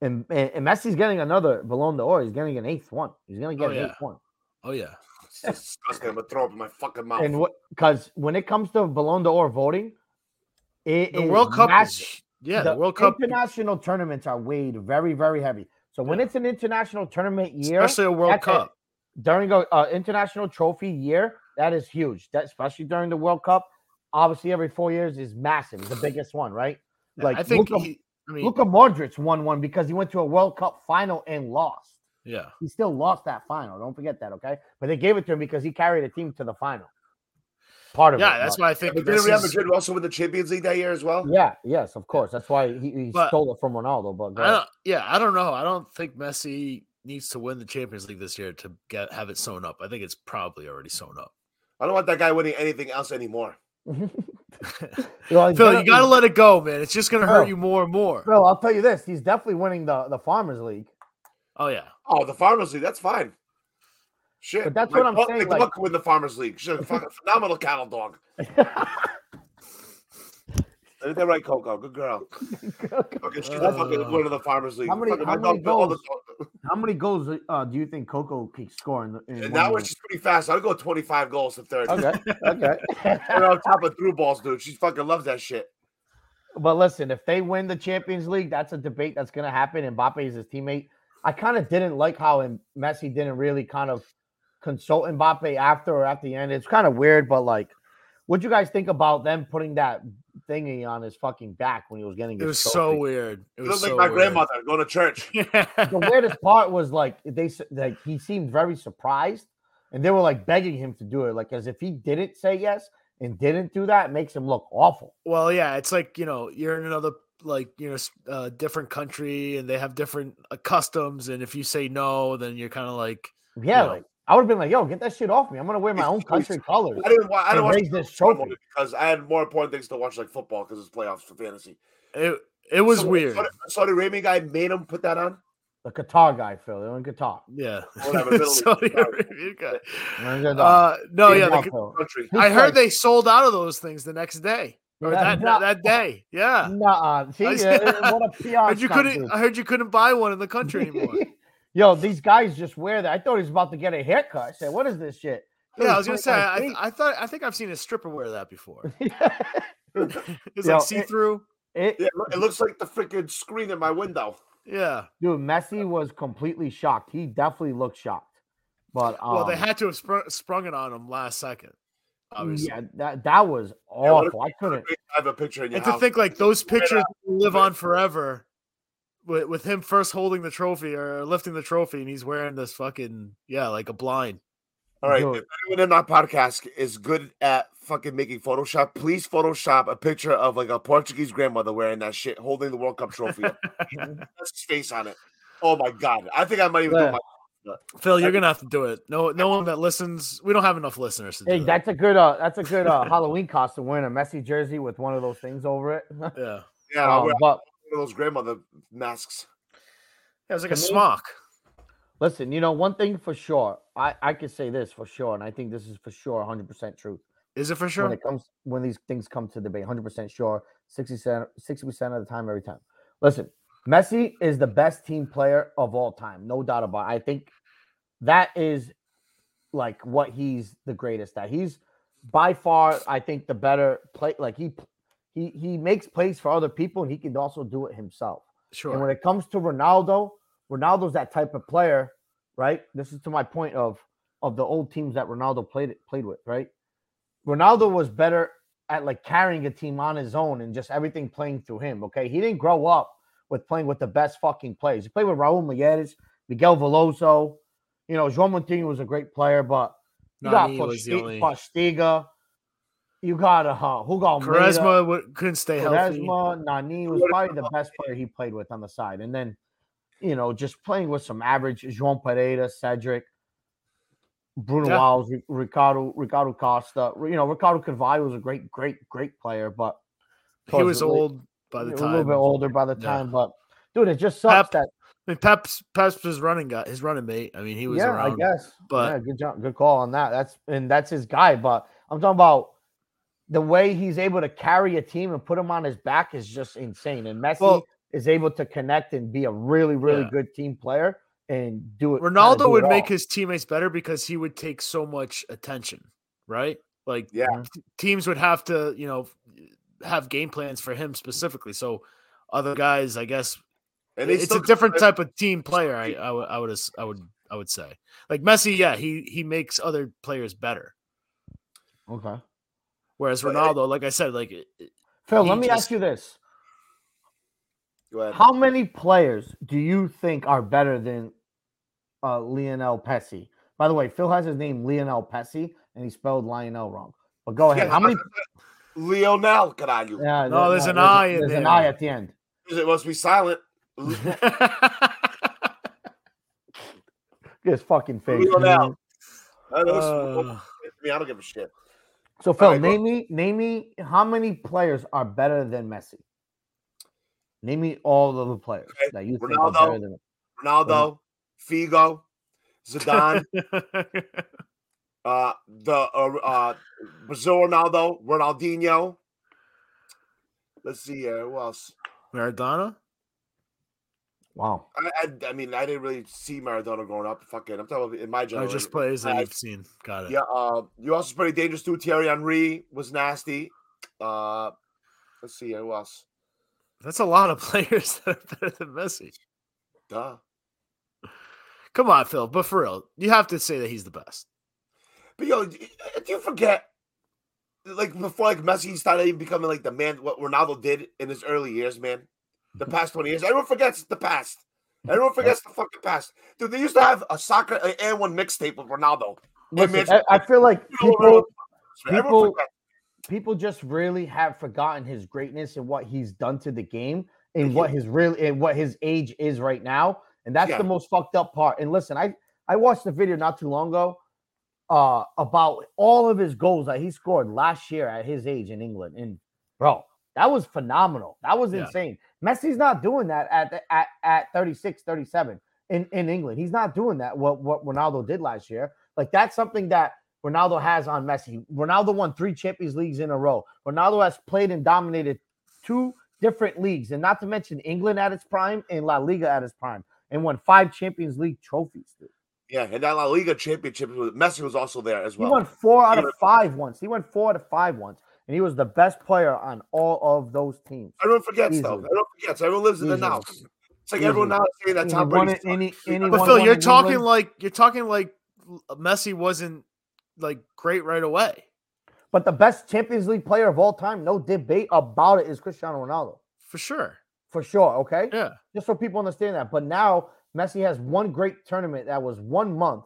and, and, and Messi's getting another Ballon d'Or, he's getting an eighth one. He's going to get
Oh,
an
yeah.
eighth one.
oh yeah,
It's disgusting. I'm gonna throw up in my fucking mouth.
And what? Because when it comes to Ballon d'Or voting, it
the
is
World Cup
massive.
is yeah the, World Cup
international tournaments are weighed very, very heavy. So when it's an international tournament year,
especially a World
that's it.
Cup.
during a uh, international trophy year, that is huge. That especially during the World Cup, obviously every four years is massive. It's the biggest one, right? Like
I think.
Luka,
he, I mean,
Luka Modric won one because he went to a World Cup final and lost.
yeah,
He still lost that final. Don't forget that, okay? But they gave it to him because he carried a team to the final. Part of
yeah.
it,
That's
right?
why I think.
But
This
didn't Real
is,
Madrid also win the Champions League that year as well?
Yeah, yes, of course. That's why he, he
But-
stole it from Ronaldo. But go
I
ahead.
don't, yeah, I don't know. I don't think Messi needs to win the Champions League this year to get have it sewn up. I think it's probably already sewn up.
I don't want that guy winning anything else anymore.
Well, he's
Phil,
gonna-
you got to let it go, man. It's just going to
Oh.
hurt you more and more.
Bro, I'll tell you this: he's definitely winning the the Farmers League.
Oh yeah,
Oh, the Farmers League, that's fine. Shit,
But that's
Mike
what I'm
Buck-
saying,
Mike
like-
Buck could win the Farmers League. Shit, fucking phenomenal cattle dog. Ain't that right, Coco? Good girl. Fucking, she's the fucking
Uh,
winner of the Farmers League.
how many-
Fucking
how
my
many
dog built all the dog-
How many goals uh, do you think Coco can score in, the, in
And
one
that
year?
one, she's pretty fast. I'd go 25 goals to 30.
okay, okay.
And on top of through balls, dude. She fucking loves that shit.
but listen, if they win the Champions League, that's a debate that's going to happen. And Mbappe is his teammate. I kind of didn't like how M- Messi didn't really kind of consult Mbappe after or at the end. It's kind of weird, but like, what'd you guys think about them putting that thingy on his fucking back when he was getting?
it
his
was so
trophy?
weird.
It
It was
was like
so
my
weird.
grandmother going to church.
the weirdest part was like they s- like he seemed very surprised and they were like begging him to do it like as if he didn't say yes and didn't do that it makes him look awful
Well, yeah, it's like you know you're in another like you know s- uh, different country and they have different uh, customs, and if you say no, then you're kind of like
yeah
Yeah.
like i would have been like yo get that shit off me i'm gonna wear my
It's
own
choice.
country colors
I didn't, wa- I
and
didn't watch
raise this trophy
because I had more important things to watch, like football, because it's playoffs for fantasy.
it. It was
So-
weird.
So, so the Rami guy made him put that on.
the qatar guy phil they're in qatar
yeah.
Whatever, Middle East,
Saudi
sorry.
Arabia guy.
They're in Qatar.
Uh, no,
They're in
yeah, the,
Qatar, Phil.
Country.
Who's
I heard
first?
they sold out of those things the next day or
Yeah,
that,
no.
that, that day. Yeah.
Nuh-uh. See,
I
uh,
said-
uh, what a
I
PR
heard you
stunt,
couldn't.
dude.
I heard you couldn't buy one in the country anymore.
Yo, these guys just wear that. I thought he was about to get a haircut. I said, "What is this shit?"
yeah, I was gonna say. I,
2023.
I thought. I think I've seen a stripper wear that before. It's
Yo, it-
like see through.
it,
Yeah, look- it looks like the freaking screen in my window.
Yeah.
Dude, Messi was completely shocked. He definitely looked shocked. But um,
Well, they had to have sprung, sprung it on him last second. Obviously.
yeah, that that was
what a-
awful. I couldn't.
I have a picture in your
and to
house.
think like those
Straight
pictures
up.
will live on forever with, with him first holding the trophy or lifting the trophy and he's wearing this fucking yeah like a blind
All right,
do
if
it.
anyone in our podcast is good at fucking making Photoshop, please Photoshop a picture of like a Portuguese grandmother wearing that shit, holding the World Cup trophy. up. That's his face on it. Oh my god, I think I might even do
Yeah.
my.
phil you're gonna have to do it no no one that listens we don't have enough listeners to do
Hey,
that.
that's a good. Uh, that's a good uh, Halloween costume. Wearing a Messi jersey with one of those things over it.
yeah
Yeah, I'll
um,
wear
but
one of those grandmother masks.
it was like
To
a
me-
smock
listen, you know one thing for sure. I I could say this for sure, and I think this is for sure, hundred percent truth.
is it for sure
when it comes when these things come to debate. 100% sure, 60% 60% of the time every time. Listen, Messi is the best team player of all time, no doubt about. It. I think that is like what he's the greatest at. He's by far I think the better play like he he he makes plays for other people and he can also do it himself. And when
sure
it comes to Ronaldo, Ronaldo's that type of player, right? This is to my point of of the old teams that Ronaldo played played with, right? Ronaldo was better at like carrying a team on his own and just everything playing through him. Okay, he didn't grow up with playing with the best fucking players. He played with Raul Migueles, Miguel Veloso. You know, João Moutinho was a great player, but you got
Nani was the
Posti-
only-
Postiga. You got uh, who got
charisma w- couldn't stay healthy
Quaresma, Nani was
Quaresma.
probably the best player he played with on the side. And then, you know, just playing with some average João Pereira, Cedric, Bruno
Yeah.
Alves, Ri- Ricardo, Ricardo Costa. You know, Ricardo Carvalho was a great, great, great player, but
he was
supposedly
old by the
a little
time
bit older by the
Yeah.
time. But dude, it just sucks
Pep-
that
I mean, Pep's Pep's his running guy his running mate I mean he was
yeah,
around
I guess.
but-
yeah, good job, good call on that. That's and that's his guy. But I'm talking about the way he's able to carry a team and put him on his back is just insane. And Messi
Well-
is able to connect and be a really, really
Yeah.
good team player and do it. kinda
Ronaldo
do
would
it
make
all.
his teammates better because he would take so much attention, right? Like
Yeah.
t- teams would have to, you know, have game plans for him specifically. So other guys, I guess,
And they
it's
still
a different type of team player. I, I would I would as- I would I would say like Messi. Yeah, he he makes other players better.
Okay.
Whereas
But it-
Ronaldo, like I said, like it- it-
Phil,
He
let me
just-
ask you this.
Go ahead.
How many players do you think are better than uh, Lionel Pessi? By the way, Phil has his name Lionel Pessi, and he spelled Lionel wrong. But go ahead.
Yeah,
How many?
Lionel Canaglio.
Yeah,
No, there's an I in
there's an
there.
I at the end.
It must be silent.
His fucking face.
Lionel. I don't, know,
Uh,
I don't give a shit.
So Phil,
right, go-
name me, name me, how many players are better than Messi? Name me all of the players
Okay,
that you think are
Ronaldo.
better than.
Uh.
Ronaldo, Figo, Zidane, uh, the uh, uh, Brazil Ronaldo, Ronaldinho. Let's see here. Who else?
Maradona.
Wow.
I, I, I mean, I didn't really see Maradona growing up. Fucking, I'm talking about in my
I
generation.
just plays that
I-
you've seen. Got it.
Yeah, uh, you also pretty dangerous too. Thierry Henry was nasty. Uh, let's see who else.
That's a lot of players that are better than Messi.
Duh.
Come on, Phil. But for real, you have to say that he's the best.
But yo, d- do you forget? Like before, like Messi started even becoming like the man. What Ronaldo did in his early years, man. The past twenty years, everyone forgets the past. Everyone forgets the fucking past, dude. They used to have a soccer a- and one mixtape with Ronaldo. Hey,
Listen,
man,
I, I feel like
you know,
people,
everyone
people-
forgets.
people just really have forgotten his greatness and what he's done to the game and
Mhm.
what his real and what his age is right now. And that's
Yeah.
the most fucked up part. And listen, I I watched a video not too long ago uh about all of his goals that he scored last year at his age in England. And bro, that was phenomenal. That was
Yeah.
insane. Messi's not doing that at the, at at 36, 37 in in England. He's not doing that what what Ronaldo did last year. Like that's something that Ronaldo has on Messi. Ronaldo won three Champions Leagues in a row. Ronaldo has played and dominated two different leagues, and not to mention England at its prime and La Liga at its prime, and won five Champions League trophies. dude.
yeah, and that La Liga championship, was- Messi was also there as
He
well.
won four out
yeah.
of five once. He won four out of five once, and he was the best player on all of those teams.
Everyone forgets though.
Easily.
Everyone forgets. Everyone lives in the now.
Easily.
It's like everyone
Easily.
now is saying that
And
Tom
he won
Brady's
it- and he- and he
But
But
won
Phil,
one
you're
in
talking
England.
like you're talking like Messi wasn't like great right away.
But the best Champions League player of all time, no debate about it, is Cristiano Ronaldo.
For sure.
For sure. Okay.
Yeah.
Just so people understand that. But now Messi has one great tournament that was one month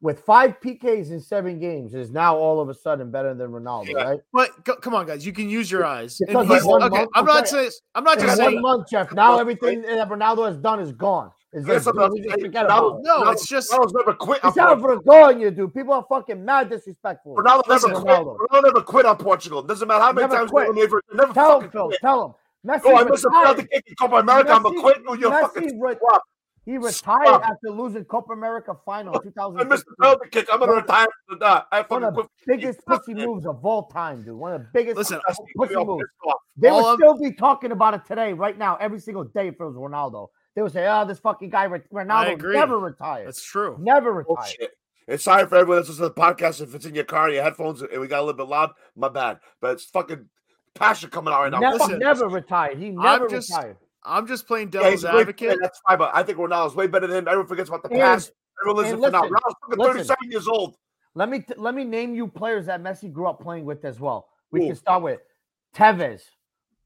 with five PKs in seven games is now all of a sudden better than Ronaldo,
Yeah.
right?
But go, come on, guys, you can use your eyes.
It's
And
like
he's-
one
okay,
month
I'm
to
not saying I'm not
In
just
one
saying
month, Jeff.
Right.
Now everything that Ronaldo has done is gone. It's
Yes,
just,
I'm not
we just
saying-
forget
Ronaldo-
about it.
no,
No,
it's just
Ronaldo's never quit.
It's
on
out
Portugal.
for going, you dude. People are fucking mad disrespectful.
Ronaldo never
Listen,
quit.
Ronaldo.
Ronaldo never quit on Portugal. Doesn't matter how many
Never
times
quit.
they were never
Tell
fucking
him, Phil.
quit.
Tell him. Messi
Oh, I missed a
retired.
penalty kick in Copa America. I'm a
Messi-
quit. Oh, you're
Messi
fucking.
re-
swap.
He retired
Stop.
after losing Copa America final in
I missed a
2016.
penalty kick. I'm gonna retire from that. I
One
fucking
of
quit.
the biggest
Fuck
pussy
him.
moves of all time, dude. One of the biggest.
Listen,
That's-
pussy
we all
move.
pissed off.
they
all
would
I'm-
still be talking about it today, right now, every single day if it was Ronaldo. They would say, "Oh, this fucking guy, re- Ronaldo,
agree.
never retired,
that's true.
never retired."
Bullshit. And sorry for everyone that's listening to the podcast. If it's in your car, your headphones, and we got a little bit loud, my bad. But it's fucking passion coming out right now.
never,
listen.
never retired. He never
just-
retired.
I'm just playing
Yeah,
devil's
he's a great player,
advocate.
That's fine, but I think Ronaldo's way better than him. Everyone forgets about the
And-
past. Everyone listens
and
to now.
listen,
Ronaldo's fucking
listen.
37 years old.
Let me t- let me name you players that Messi grew up playing with as well. We
Who?
can start with Tevez,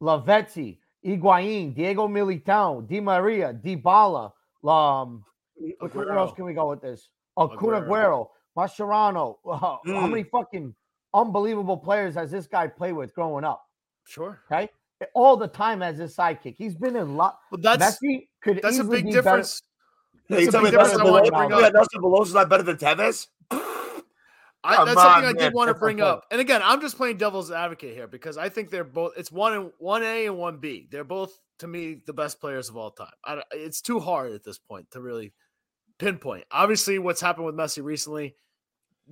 Lavetti, Higuain, Diego Militão, Di Maria, Dybala. Um, which- where else
Aguero.
can we go with this? Oh, Kun
Aguero. Hmm.
Aguero, Mascherano. Wow, How
Mm.
many fucking unbelievable players has this guy played with growing up?
Sure.
Okay, all the time as his sidekick. He's been in lot.
But that's
Messi could
that's a
easily
big
be better-
difference.
Yeah,
That's
you
a
tell me
big difference
Nelson
I wanted to
Below-
bring
yeah,
up.
Nelson Below's not better than Tevez.
I,
Come
that's
on,
something I
man.
did want to
That's my
bring
point.
up. And again, I'm just playing devil's advocate here because I think they're both. It's one and one A and one B. They're both to me the best players of all time. I, don't- it's too hard at this point to really pinpoint. Obviously, what's happened with Messi recently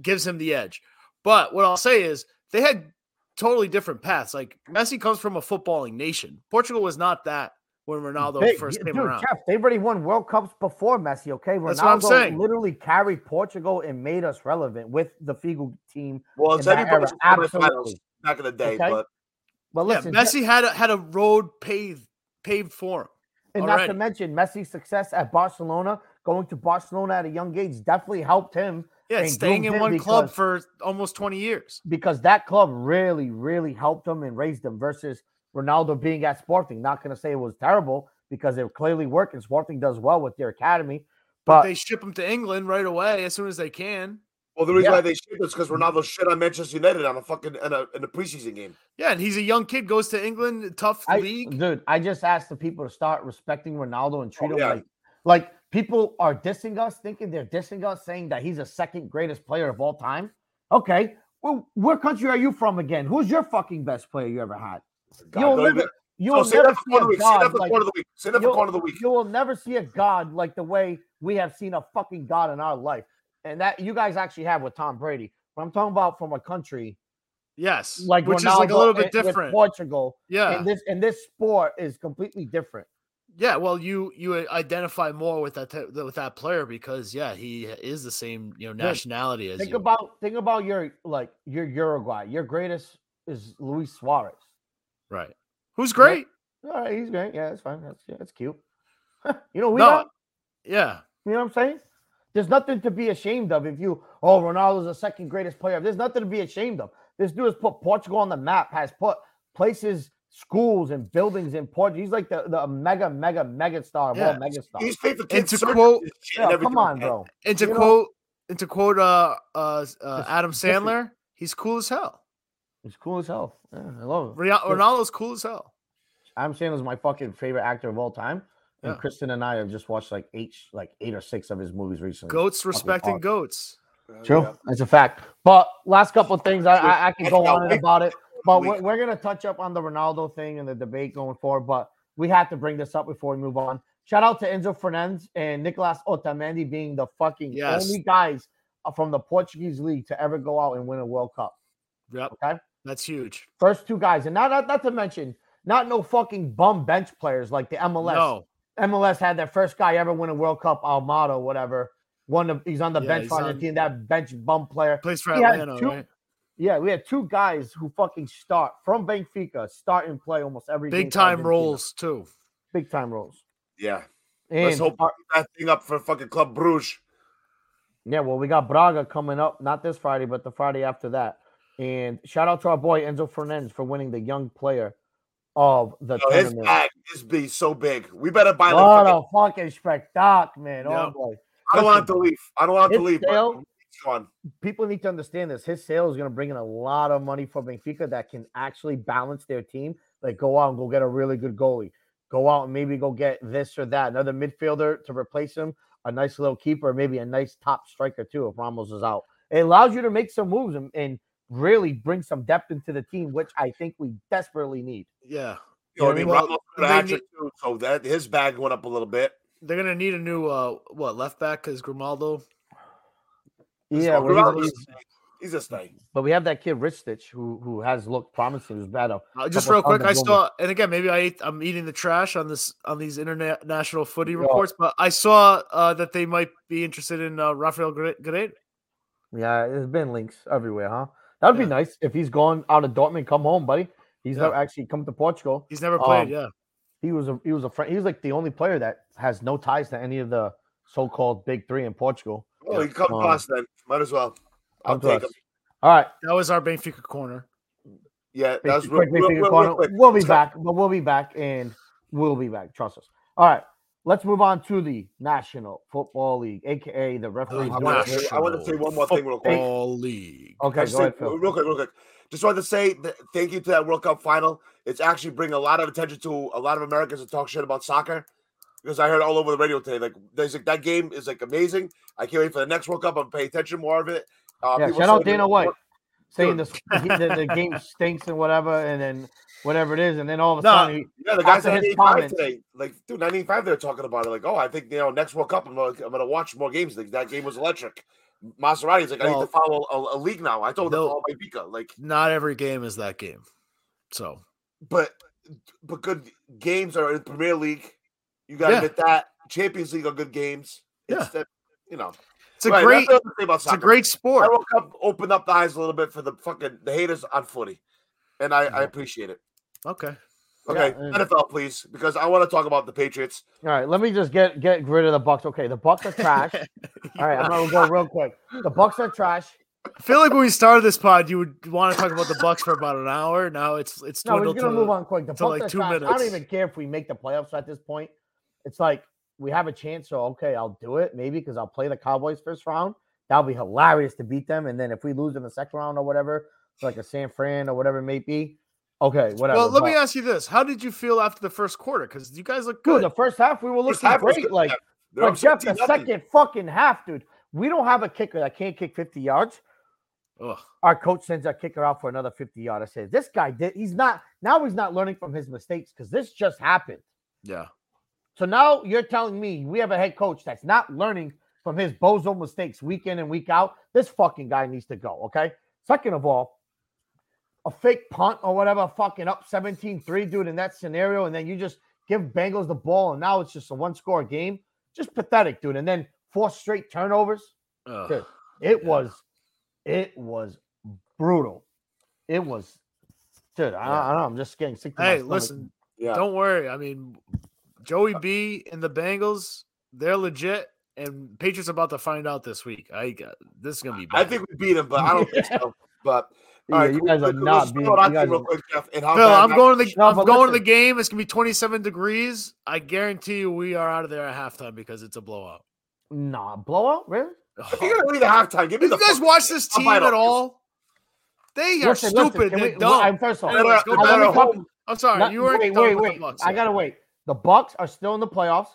gives him the edge. But what I'll say is they had totally different paths. Like Messi comes from a footballing nation. Portugal was not that when Ronaldo
Big-
first
yeah,
came
dude,
around.
Jeff, they already won World Cups before Messi. Okay, Ronaldo
That's what I'm saying.
literally carried Portugal and made us relevant with the Figo team.
Well, it's
In that
everybody's
era,
finals
absolutely.
back in the day,
Okay?
but
But listen,
yeah,
Jeff-
Messi had a, had a road paved paved for him.
And not to
Alrighty.
mention Messi's success at Barcelona, going to Barcelona at a young age definitely helped him
Yeah,
and
staying
groomed
in
him
one club
because-
for almost 20 years.
because that club really, really helped him and raised him versus Ronaldo being at Sporting. Not going to say it was terrible because it clearly worked and Sporting does well with their academy.
But
But,
they ship him to England right away as soon as they can.
Well, the reason
Yeah.
why they shit is because Ronaldo shit on Manchester United on a fucking in a, in a preseason game.
Yeah, and he's a young kid, goes to England, tough
I,
league.
dude, I just asked the people to start respecting Ronaldo and treat
Oh,
him
yeah.
like, like people are dissing us, thinking they're dissing us, saying that he's the second greatest player of all time. Okay, well, where country are you from again? Who's your fucking best player you ever had?
God,
you'll
don't
never,
even-
you
No,
will
say that
never
for
see
quarter
a god
of the week. Say that for
like
quarter of the week. Say that for
you'll-
quarter of the week.
you will never see a god like the way we have seen a fucking god in our life, and that you guys actually have with Tom Brady. But I'm talking about from a country
Yes.
like
which
Ronaldo
is like a little bit
and- with
different.
Portugal,
Yeah.
and this and this sport is completely different.
Yeah, well, you you i- identify more with that t- with that player because yeah, he is the same you know nationality as
Think
you.
about think about your like your Uruguay. Your greatest is Luis Suarez.
right? Who's great?
All right, he's great. Yeah, that's fine. That's yeah, that's cute. you know we
No,
got.
yeah,
You know what I'm saying? There's nothing to be ashamed of if you oh Ronaldo's the second greatest player. There's nothing to be ashamed of. This dude has put Portugal on the map. Has put places, schools, and buildings in Portugal. He's like the, the mega, mega, mega star of all
Yeah.
mega stars.
He's paid for kids.
to
surgeries
quote-
and shit and
Yeah,
everything.
come on, bro.
and to
You know-
quote and to quote uh uh, s- uh
It's
Adam
different.
Sandler, he's cool as hell.
He's cool as hell. Yeah, I love him.
Ria- Ronaldo's cool as hell.
Adam Sandler's my fucking favorite actor of all time. And
Yeah.
Kristen and I have just watched like eight, like eight or six of his movies recently.
Goats respecting
awesome.
goats.
True, that's a fact. But last couple of things, I, I, I can
That's
go
not
on and
right.
about it. But
We-
we're, we're gonna touch up on the Ronaldo thing and the debate going forward. But we have to bring this up before we move on. Shout out to Enzo Fernandes and Nicolas Otamendi being the fucking
Yes.
only guys uh, from the Portuguese league to ever go out and win a World Cup.
Yep,
Okay.
that's huge.
First two guys, and not not, not to mention not no fucking bum bench players like the MLS.
No,
MLS had their first guy ever win a World Cup, Almada, whatever. One of he's on the
Yeah,
bench
he's
for
on-
Argentina, that bench bum player.
plays for
He had
Atlanta,
two
right?
Yeah, we had two guys who fucking start from Benfica, start and play almost every game
Big
for
time
Argentina.
roles too.
Big time roles.
Yeah.
And
Let's hope
uh,
that thing up for fucking Club Bruges.
yeah, well, we got Braga coming up, not this Friday, but the Friday after that. And shout out to our boy Enzo Fernandez for winning the young player of the
Yo,
Oh,
his
tournament.
bag is be so big. We better buy.
What
Like,
a fucking spectac, man.
Yeah.
Oh boy.
I don't want him to leave. I don't want him to
His
leave. but
sale-
he's gone.
people need to understand this. His sale is going to bring in a lot of money for Benfica that can actually balance their team. Like go out and go get a really good goalie. Go out and maybe go get this or that, another midfielder to replace him, a nice little keeper, maybe a nice top striker too if Ramos is out. It allows you to make some moves and, and really bring some depth into the team, which I think we desperately need.
Yeah,
You know what I
Yeah,
mean?
well,
Ramos
they
had a hat
need-
trick too, so that his bag went up a little bit.
they're gonna need a new uh what left back because Grimaldo. Uh,
Yeah,
So
well, he's-
Ramos-
he's-
he's a snake.
but we have that kid Ristich who who has looked promising, who's bad.
Uh, just
couple
real quick, I
comments
saw, and again, maybe I ate, I'm eating the trash on this on these international footy
Yeah.
reports, but I saw uh, that they might be interested in uh, Rafael Guerrero.
Yeah, there's been links everywhere, huh? That would
Yeah.
be nice if he's gone out of Dortmund, come home, buddy. He's
Yeah.
never actually come to Portugal.
He's never played.
Um,
yeah,
He was a he was a friend. He was like the only player that has no ties to any of the so-called big three in Portugal.
Oh, he come
Um,
to us then. Might as well. I'll
Come to us.
take him.
All right,
that was our Benfica corner.
Yeah,
Big-
that's real,
quick, big
real,
finger
real-
corner.
real quick.
We'll be
Let's go.
back, but we'll be back, and we'll be back. Trust us. All right, let's move on to the National Football League, aka the referee.
I
National
want, to, I want to say one more thing real quick.
All league.
Okay,
Just
go
say-
ahead, Phil.
Real quick, real quick. Just wanted to say th- thank you to that World Cup final. It's actually bringing a lot of attention to a lot of Americans that talk shit about soccer. Because I heard all over the radio today, like there's like that game is like amazing. I can't wait for the next World Cup. I'm paying attention more of it. Uh,
Yeah,
people
shout out
saying-
Dana White saying
Dude.
this he, the, the game stinks and whatever, and then whatever it is, and then all of a
No,
sudden, he,
Yeah, the guys
After
at
his
95
comments.
today, like dude, 95, they're talking about it. Like, oh, I think you know, next World Cup, I'm gonna, I'm gonna watch more games. Like that game was electric. Maserati's like, I need to
Well-
follow a, a league now. I told them
No.
all my Vika. Like,
Not every game is that game. So
but but good games are in Premier League. You got to
Yeah.
admit that Champions League are good games.
Yeah.
It's that, you know,
it's a
Right, that's
great,
the other thing about
it's a
soccer.
great
I
sport.
World Cup opened up the eyes a little bit for the fucking the haters on footy, and I, I appreciate it.
Okay,
Okay,
Yeah, and-
NFL, please, because I want to talk about the Patriots.
All right, let me just get get rid of the Bucks. Okay, the Bucks are trash. All right, I'm gonna go real quick. The Bucks are trash.
I feel like when we started this pod, you would want to talk about the Bucks for about an hour. Now it's it's
No, we're
dwindled
gonna
to
move on quick. The Bucks
to, like,
are
two
trash. I
minutes.
don't even care if we make the playoffs at this point. It's like we have a chance, so okay, I'll do it maybe because I'll play the Cowboys first round. That'll be hilarious to beat them, and then if we lose in the second round or whatever, it's like a San Fran or whatever it may be. Okay, whatever.
Well, let
but-
me ask you this: How did you feel after the first quarter? Because you guys look
Dude,
good.
the first half we were
First
looking
half was
great.
good.
Like,
They're
but
up
Jeff, the
17 nothing.
second fucking half, dude. We don't have a kicker that can't kick 50 yards.
Ugh.
Our coach sends our kicker out for another 50 yard. I said, this guy did. He's not now. He's not learning from his mistakes because this just happened.
Yeah,
So now you're telling me we have a head coach that's not learning from his bozo mistakes week in and week out. This fucking guy needs to go. Okay. Second of all, a fake punt or whatever, fucking up 17 3, dude, in that scenario. And then you just give Bengals the ball. And now it's just a one score game. Just pathetic, dude. And then four straight turnovers.
Ugh.
Good. It
Yeah.
was, it was brutal. It was, dude, I, I don't know. I'm just getting sick. to my
Hey,
stomach.
listen,
Yeah.
don't worry. I mean, Joey B and the Bengals, they're legit, and Patriots about to find out this week. I got this is gonna be. Bad.
I think we beat him, but I don't think so. But all
Yeah,
right,
you
cool.
guys are
Let's talk
not being.
about our
you
team
guys
real
are-
quick, Jeff, and how
Phil,
bad
I'm
our-
going to the
No,
I'm
but
going to the
listen.
game. It's gonna be 27 degrees. I guarantee you, we are out of there at halftime because it's a blowout.
Nah, blowout, really?
If you're gonna lead the halftime, give me
Did
the
you guys
fuck-
watch this
I'll
team
bite
at
off you.
all? They are
Listen, listen,
stupid.
can
They're
we-
dumb.
I'm first off.
Anyways, go
Better-
back
better
to-
home
I'm sorry,
Not-
you weren't
wait,
done
wait,
with
wait.
the Bucks.
I gotta wait. The Bucks are still in the playoffs.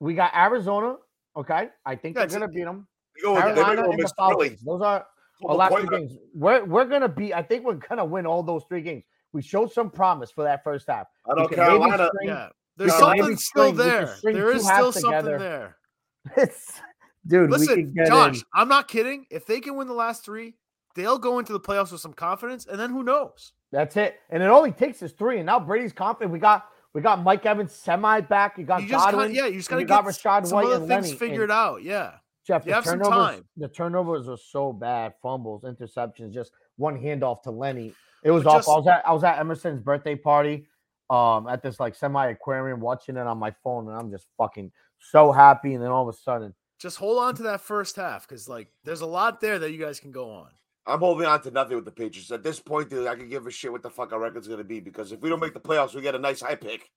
We got Arizona. Okay, I think they're
Yeah, it's-
gonna beat them.
You go with that. Oh, They're
Carolina
gonna
and the
miss Philly.
Falcons. Those are our
Well,
last
point
two
guard-
games. We're we're gonna be. I think we're gonna win all those three games. We showed some promise for that first half.
I
We
don't
can maybe
Carolina.
string-
Yeah, there's
Carolina
something
is
still
string- we can
there.
string
There
two
is still
halves together.
something there.
It's, dude. we
Listen,
can get
Josh,
in.
I'm not kidding. If they can win the last three, they'll go into the playoffs with some confidence, and then who knows?
That's it. And it only takes us three. And now Brady's confident. We got we got Mike Evans semi back. You got
You just
Godwin.
kind yeah, you just
and
gotta
we got
get s-
Rashad
some
White
other
and
things
Lenny,
figured
and-
out. Yeah,
Jeff,
You
the
have some
turnovers,
time.
the turnovers were so bad. Fumbles, interceptions, just one handoff to Lenny. It was
But
awful. I
just-
was at I was at Emerson's birthday party, um, at this like semi aquarium, watching it on my phone, and I'm just fucking so happy. And then all of a sudden,
just hold on to that first half because like there's a lot there that you guys can go on.
I'm holding on to nothing with the Patriots at this point. Dude, I can give a shit what the fuck our record's gonna be because if we don't make the playoffs, we get a nice high pick.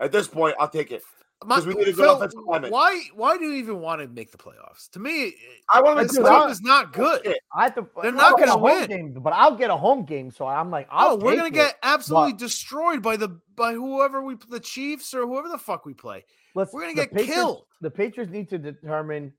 At this point, I'll take it.
My-
'Cause we need a good offensive lineman.
why? Why do you even want to make the playoffs? To me,
I want to make
this
do
the
team
that.
playoffs.
is not good.
Shit.
I have to.
They're
I'll
not
get a
gonna
home
win.
game, but I'll get a home game. So I'm like,
Oh,
I'll
we're gonna
take it.
get absolutely
but-
destroyed by the by whoever we the Chiefs or whoever the fuck we play.
Let's,
We're gonna
the
get
Patriots-
killed.
The Patriots need to determine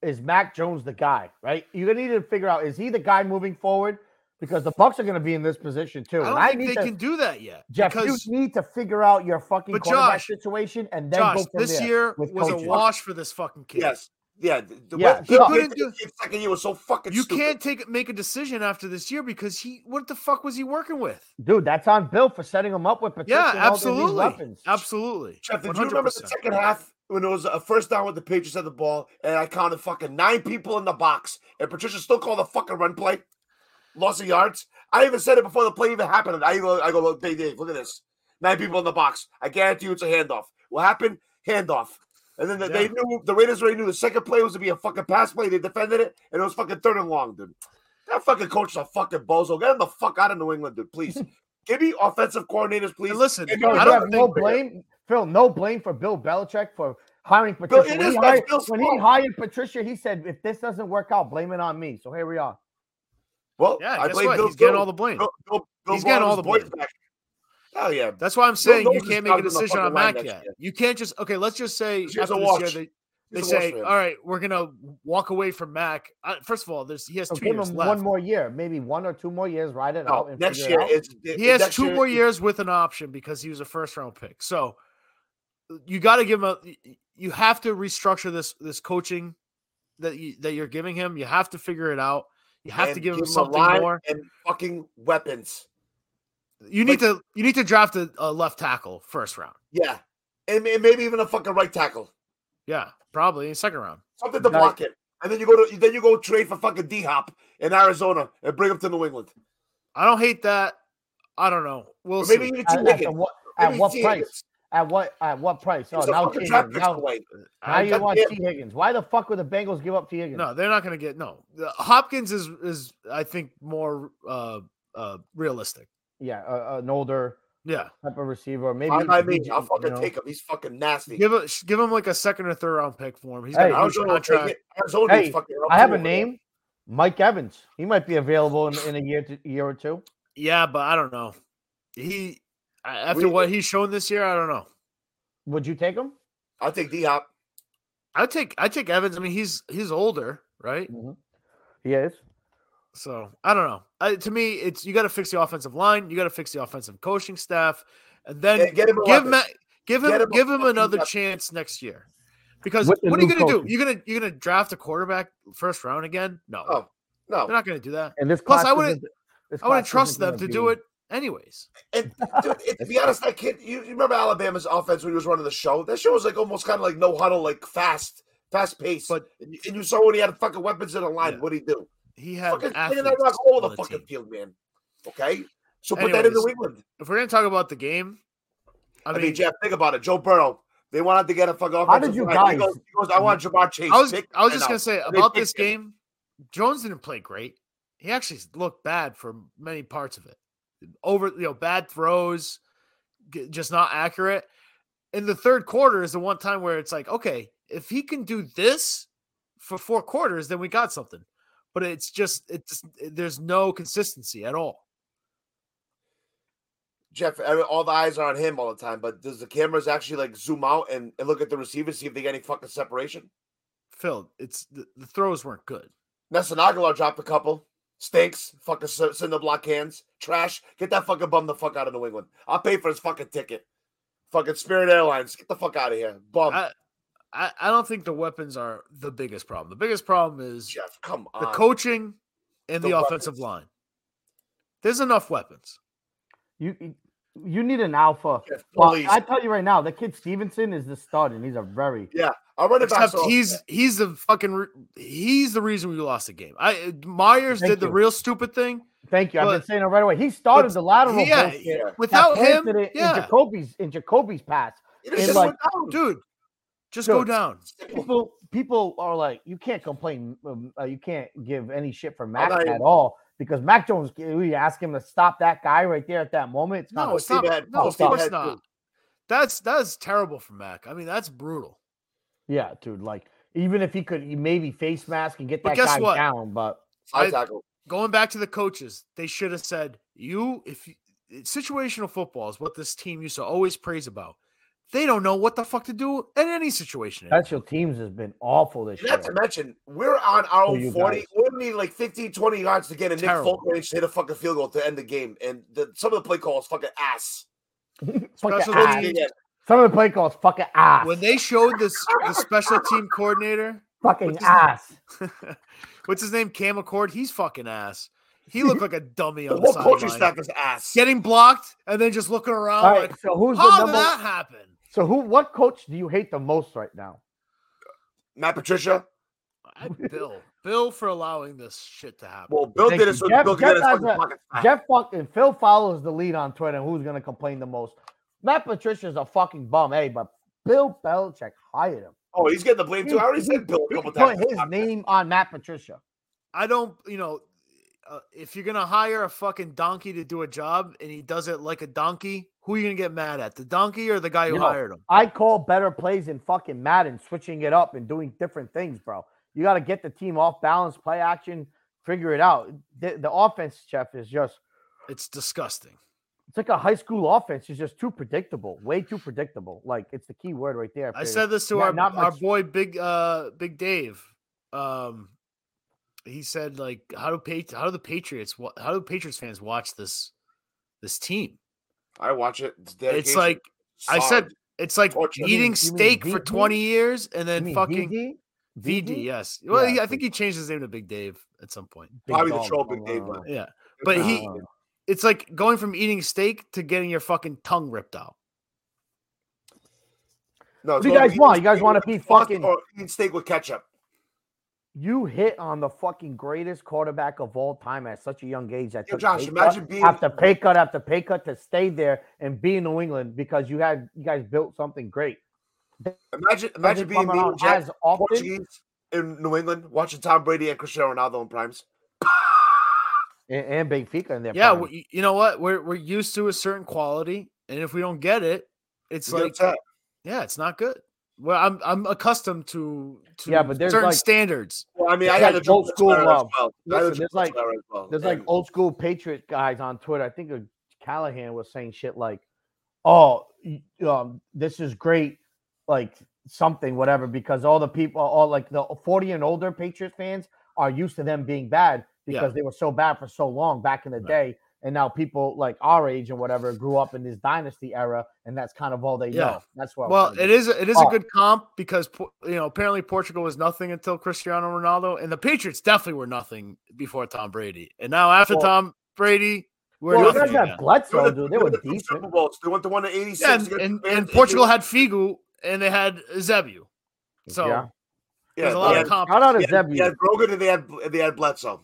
is Mac Jones the guy, right? You're gonna need to figure out is he the guy moving forward because the Bucks are gonna be in this position too.
I don't
and I
think
need
they
to,
can do that yet.
Jeff,
because
you need to figure out your fucking
But
quarterback
Josh-
situation and then
Josh,
go from
this
there
year
with
was
coaches.
a wash for this fucking kid.
Yes. Yeah. The, the
Yeah,
way
he
he
couldn't
did
do-
it second year was so fucking
you
stupid.
can't take make a decision after this year because he what the fuck was he working with?
Dude, that's on Bill for setting him up with potential
Yeah,
These
absolutely,
weapons.
absolutely.
Jeff, did you remember the
100%.
second half when it was a first down with the Patriots at the ball, and I counted fucking nine people in the box, and Patricia still called the fucking run play, loss of yards. I even said it before the play even happened. and I go, I go, look, Dave, Dave, look at this, nine people in the box. I guarantee you, it's a handoff. What happened? Handoff. And then they
Yeah.
knew the Raiders already knew the second play was to be a fucking pass play. They defended it, and it was fucking third and long, dude. That fucking coach is a fucking bozo. Get him the fuck out of New England, dude. Please, give me offensive coordinators, please.
And listen,
Give me
Phil, you
I don't
have no
think-
blame, Phil. No blame for Bill Belichick for hiring Patricia.
it
when,
is
he
not
hired,
Bill's
when he
fault.
hired Patricia, he said, "If this doesn't work out, blame it on me." So here we are.
Well,
Yeah,
I
guess
blame
what?
Bill
He's getting
Jones.
all the blame.
Bill, Bill, Bill
He's getting all the
boys
blame.
back. Hell yeah.
That's why I'm saying you
Knows is
can't
not
make
gonna
a decision
fucking
on
line
Mac
next
yet.
year.
You can't just okay. Let's just say
This year's
after
a
this year
wash.
they, they
He's a Wolves
say,
fan.
all right, we're gonna walk away from Mac. I, first of all, there's he has
Oh,
So
two
give
years
him
left.
one more year, maybe one or two more years, ride it out.
no,
And
next
figure it
year
out.
is
He has
next
two
year
more
is-
years with an option because he was a first round pick. So you got to give him a. You have to restructure this this coaching that you, that you're giving him. You have to figure it out. You have to
and
give him
a
something
line
more.
and fucking weapons.
You need to you need to draft a, a left tackle first round.
Yeah, and, and maybe even a fucking right tackle,
Yeah, probably in second round.
something to
Right.
block it. And then you go to then you go trade for fucking D Hop in Arizona and bring him to New England.
I don't hate that. I don't know. We'll
Or maybe
see.
even
At-
two
at, the,
Wiggins.
wo- At what price? At what at what price? Oh,
It's a
now,
fucking
T.
draft
Higgins.
pick
now,
away.
now you
God
want
damn.
T. Higgins. Why the fuck would the Bengals give up T. Higgins?
No, they're not going to get no. The- Hopkins is is I think more uh uh realistic.
Yeah, a, an older
Yeah,
type of receiver. Maybe
Fine by me.
DJ,
I'll
you
fucking
know?
take him. He's fucking nasty.
give a, give him like a second or third round pick for him. He's
Hey,
got a huge
Arizona,
contract.
Arizona
Hey,
is fucking up
I have
too.
a name, Mike Evans. He might be available in, in a year to, year or two.
Yeah, but I don't know. He I- after
We-
what he's shown this year, I don't know.
Would you take him?
I'll take D Hop.
I take I take Evans. I mean, he's he's older, right?
He is.
So I don't know. I, to me, it's you got to fix the offensive line. You got to fix the offensive coaching staff, and then
Get get him a
give
weapon.
Matt, give him,
Get him a
give him
fucking
another
weapon.
chance next year. Because
With the
what are you
new
going to do?
coaching.
You're going to you're going to draft a quarterback first round again? No,
Oh, no.
they're not going to do that.
And this
Plus,
class
I wouldn't-
isn't- this
I wouldn't
class
trust
isn't
them
gonna
to
be-
do it anyways.
Dude, it, to be honest, that kid, you, you remember Alabama's offense when he was running the show? That show was like almost kind of like no huddle, like fast, fast pace.
But
and, you, and you saw when he had fucking weapons in the line.
Yeah.
What'd he do?
He had
Fucking playing
athletes
that rock all
on
over
the
the fucking
team.
field, man. Okay? So put that in
Anyways,
New England.
If we're going to talk about the game, I
I
mean,
mean, Jeff, think about it. Joe Burrow. They wanted to get a fucking
How
offensive
did you
line. He
guys- Mm-hmm.
goes, he goes, I want Jamar Chase.
I was
Pick
I was
and
just
out.
going to say
They
about this
picked him.
game, Jones didn't play great. He actually looked bad for many parts of it. Over, you know, bad throws, g- just not accurate. In the third quarter is the one time where it's like, okay, if he can do this for four quarters, then we got something. But it's just it's there's no consistency at all.
Jeff, every- all the eyes are on him all the time, but does the cameras actually like zoom out and, and look at the receivers, see if they get any fucking separation?
Phil, it's the, the throws weren't good.
Nelson Aguilar dropped a couple. Stinks. Fucking s- send the block hands. Trash. Get that fucking bum the fuck out of New England. I'll pay for his fucking ticket. Fucking Spirit Airlines. Get the fuck out of here. Bum.
I- I, I don't think the weapons are the biggest problem. The biggest problem is
Jeff, come on.
the coaching and the,
The
offensive
weapons.
line. There's enough weapons.
You you- you need an alpha.
Jeff,
Well,
please.
I tell you right now, the kid Stevenson is the stud, and he's a very
I'll run it back.
Except
so-
he's he's the fucking re- he's the reason we lost the game. I Myers
Thank
did the
you.
real stupid thing
thank you. I've
But-
been saying it right away. He started
but-
the lateral
yeah,
bullshit
yeah.
that
without him.
planted it in
Yeah,
Jacoby's in Jacoby's pass.
It is
and,
just
like,
went down.
dude, just go
Dude.
down.
People people are like, you can't complain. um, Uh, you can't give any shit for Mac
not
at
even-
all because Mac Jones. We ask him to stop that guy right there at that moment. It's not
No,
a
it's
Steve
not.
had-
No,
no,
of
Steve
course
had
not.
two.
That's that's terrible for Mac. I mean, that's brutal.
Yeah, dude. Like even if he could he maybe face mask and get
But
that
guess
guy
what?
down, but
Side
I-
tackle.
Going back to the coaches, they should have said, "You, if you, situational football is what this team used to always praise about, they don't know what the fuck to do in any situation." anymore.
special teams has been awful this year.
Not to mention, we're on our
Who
own
you
40.
guys?
We need like 15, 20 yards to get a Nick
Terrible.
Folk range to hit a fucking field goal to end the game. And the, some of the play calls fucking ass.
Fucking
special
ass.
teams-
Yeah,
Some of the play calls fucking ass.
when they showed this the special team coordinator,
fucking
which is not-
ass.
what's his name, Cam McCord, he's fucking ass. He looked like a dummy
The
on the
whole coaching
sideline,
staff is ass.
getting blocked and then just looking around
All right,
like,
so who's the
how
number?
did that happen?
So who? What coach do you hate the most right now?
Matt Patricia.
I, Bill, Bill, for allowing this shit to happen.
Well, Bill
Thank
did
you.
it so
Jeff-
Bill could
Jeff
get his
has
fucking
a-
pocket. smacked.
Jeff fucking Phil follows the lead on Twitter. Who's gonna complain the most? Matt Patricia's a fucking bum, hey, but Bill Belichick hired him.
Oh, he's getting the blame too. I already said Bill a
He
couple
put
times.
his name on Matt Patricia.
I don't, you know, uh, if you're gonna hire a fucking donkey to do a job and he does it like a donkey, who are you gonna get mad at? The donkey or the guy who
No.
hired him?
I call better plays in fucking Madden, switching it up and doing different things, bro. You got to get the team off balance, play action, figure it out. The, the offense, Jeff, is just
It's disgusting.
it's like a high school offense. It's just too predictable, way too predictable. Like it's the key word right there.
I
period.
said this to
Not-
our
not
our
much-
boy Big uh Big Dave. Um he said like how do Pat- how do the Patriots wa- how do Patriots fans watch this this team?
I watch it. It's,
It's
dedication.
like I said
Solid.
it's like
Torture.
You
eating
mean- you mean
steak for
VD?
20 years and
You
then
mean
fucking VD,
VD?
yes. Well, he,
Yeah,
I think he changed his name to Big Dave at some point.
Big
Probably the
dog.
troll big
Oh,
Dave
no,
one.
no,
Yeah. But
no,
he
no, no.
it's like going from eating steak to getting your fucking tongue ripped out.
no,
What do you guys want? You guys want to be fucking?
or eat steak with ketchup?
you hit on the fucking greatest quarterback of all time at such a young age. That
Yo,
took
Josh,
pay cut
imagine being-
after pay cut after pay cut to stay there and be in New England because you had you guys built something great.
Imagine,
Doesn't
imagine being
come
me
around
and Jack,
as often.
Portuguese in New England, watching Tom Brady and Cristiano Ronaldo in primes.
and, and Benfica in there.
Yeah, we, you know what? We're we're used to a certain quality, and if we don't get it, it's
You get
like
upset.
yeah, it's not good. Well, I'm I'm accustomed to, to
Yeah, but there's
certain
like-
standards.
Well, I mean,
It's
I had
like
a joke
old school
as
love.
well. I had a
Listen,
joke
there's like-
as well.
There's like
And
old school Patriot guys on Twitter. I think uh, Callahan was saying shit like, "Oh, y- um, this is great, like something, whatever," because all the people, all like the 40 and older Patriot fans, are used to them being bad
Yeah.
because they were so bad for so long back in the day, and now people like our age and whatever grew up in this dynasty era, and that's kind of all they
Yeah.
know. That's what. I'm
Well,
saying.
it is it is a
Oh.
good comp because Po- you know apparently Portugal was nothing until Cristiano Ronaldo, and the Patriots definitely were nothing before Tom Brady, and now after
Well-
Tom Brady, we're
Well, you guys
nothing.
have
again.
They were
Bledsoe,
the-
dude. They
were
were
the two Super
decent.
Bowls. They won the one in '86.
Yeah, and,
against
and,
the
and
Rams.
Portugal had Figu and they had Zebu, so
Yeah.
there's
Yeah,
a lot
they had-
of comp.
Shout out to
they had-
Zebu.
They had Brogan and they had and they had Bledsoe.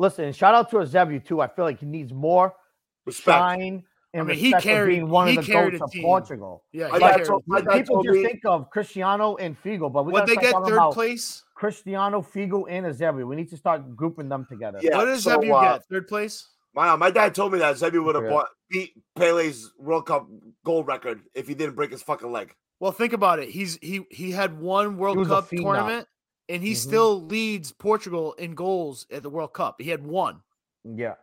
Listen, shout out to Azebu too. I feel like he needs more
Respect.
shine and
mean, he
respect for
carried-
being one
he
of the
carried
goats
a
of
team.
Portugal.
Yeah,
My
got
dad
Carey.
told- my dad
People
told
just
me
think of Cristiano and Figo, but we
What
gotta
they
start
get
talking
third
about
place?
Cristiano, Figo, and Azebu. We need to start grouping them together.
Yeah,
what does
so,
Zebu
uh,
get? Third place?
My uh, my dad told me that Zebu would have
Yeah.
bought, beat Pele's World Cup goal record if he didn't break his fucking leg.
Well, think about it. He's he he had one World
was a
Cup
phenom.
tournament, and he
Mhm.
still leads Portugal in goals at the World Cup. He had one.
Yeah.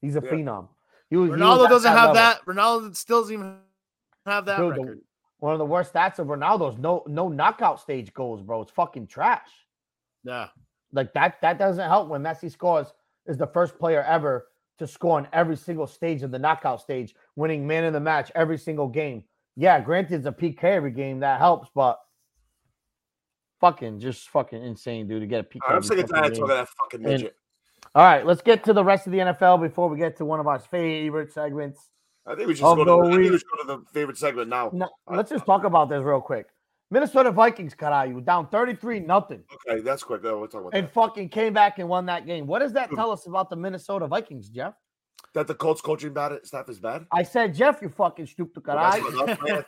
he's a
Yeah.
phenom. He was, he was
Ronaldo
at
doesn't
that level.
have that. Ronaldo still doesn't even have that
Dude, the-
record.
One of the worst stats of Ronaldo's no no knockout stage goals, bro. It's fucking trash.
Yeah,
Like that that doesn't help when Messi scores is the first player ever to score on every single stage of the knockout stage, winning man of the match every single game. Yeah, granted it's a PK every game that helps, but fucking just fucking insane, dude, to get a PK.
All right, I'm
every
sick and
fucking
tired of
game.
talking to that fucking
And-
midget.
All right, let's get to the rest of the NFL before we get to one of our favorite segments.
I think we should
Of
go to the,
the
I think we
week.
should go to the favorite segment now.
No, let's just talk about this real quick. Minnesota Vikings, Karayu, down 33 nothing
Okay, that's quick. though. We'll talk about
and
that.
fucking came back and won that game. What does
Hmm.
that tell us about the Minnesota Vikings, Jeff?
That the Colts coaching bad staff is bad.
I said, Jeff, you fucking stupid
Well, that's
guy.
what I'm saying.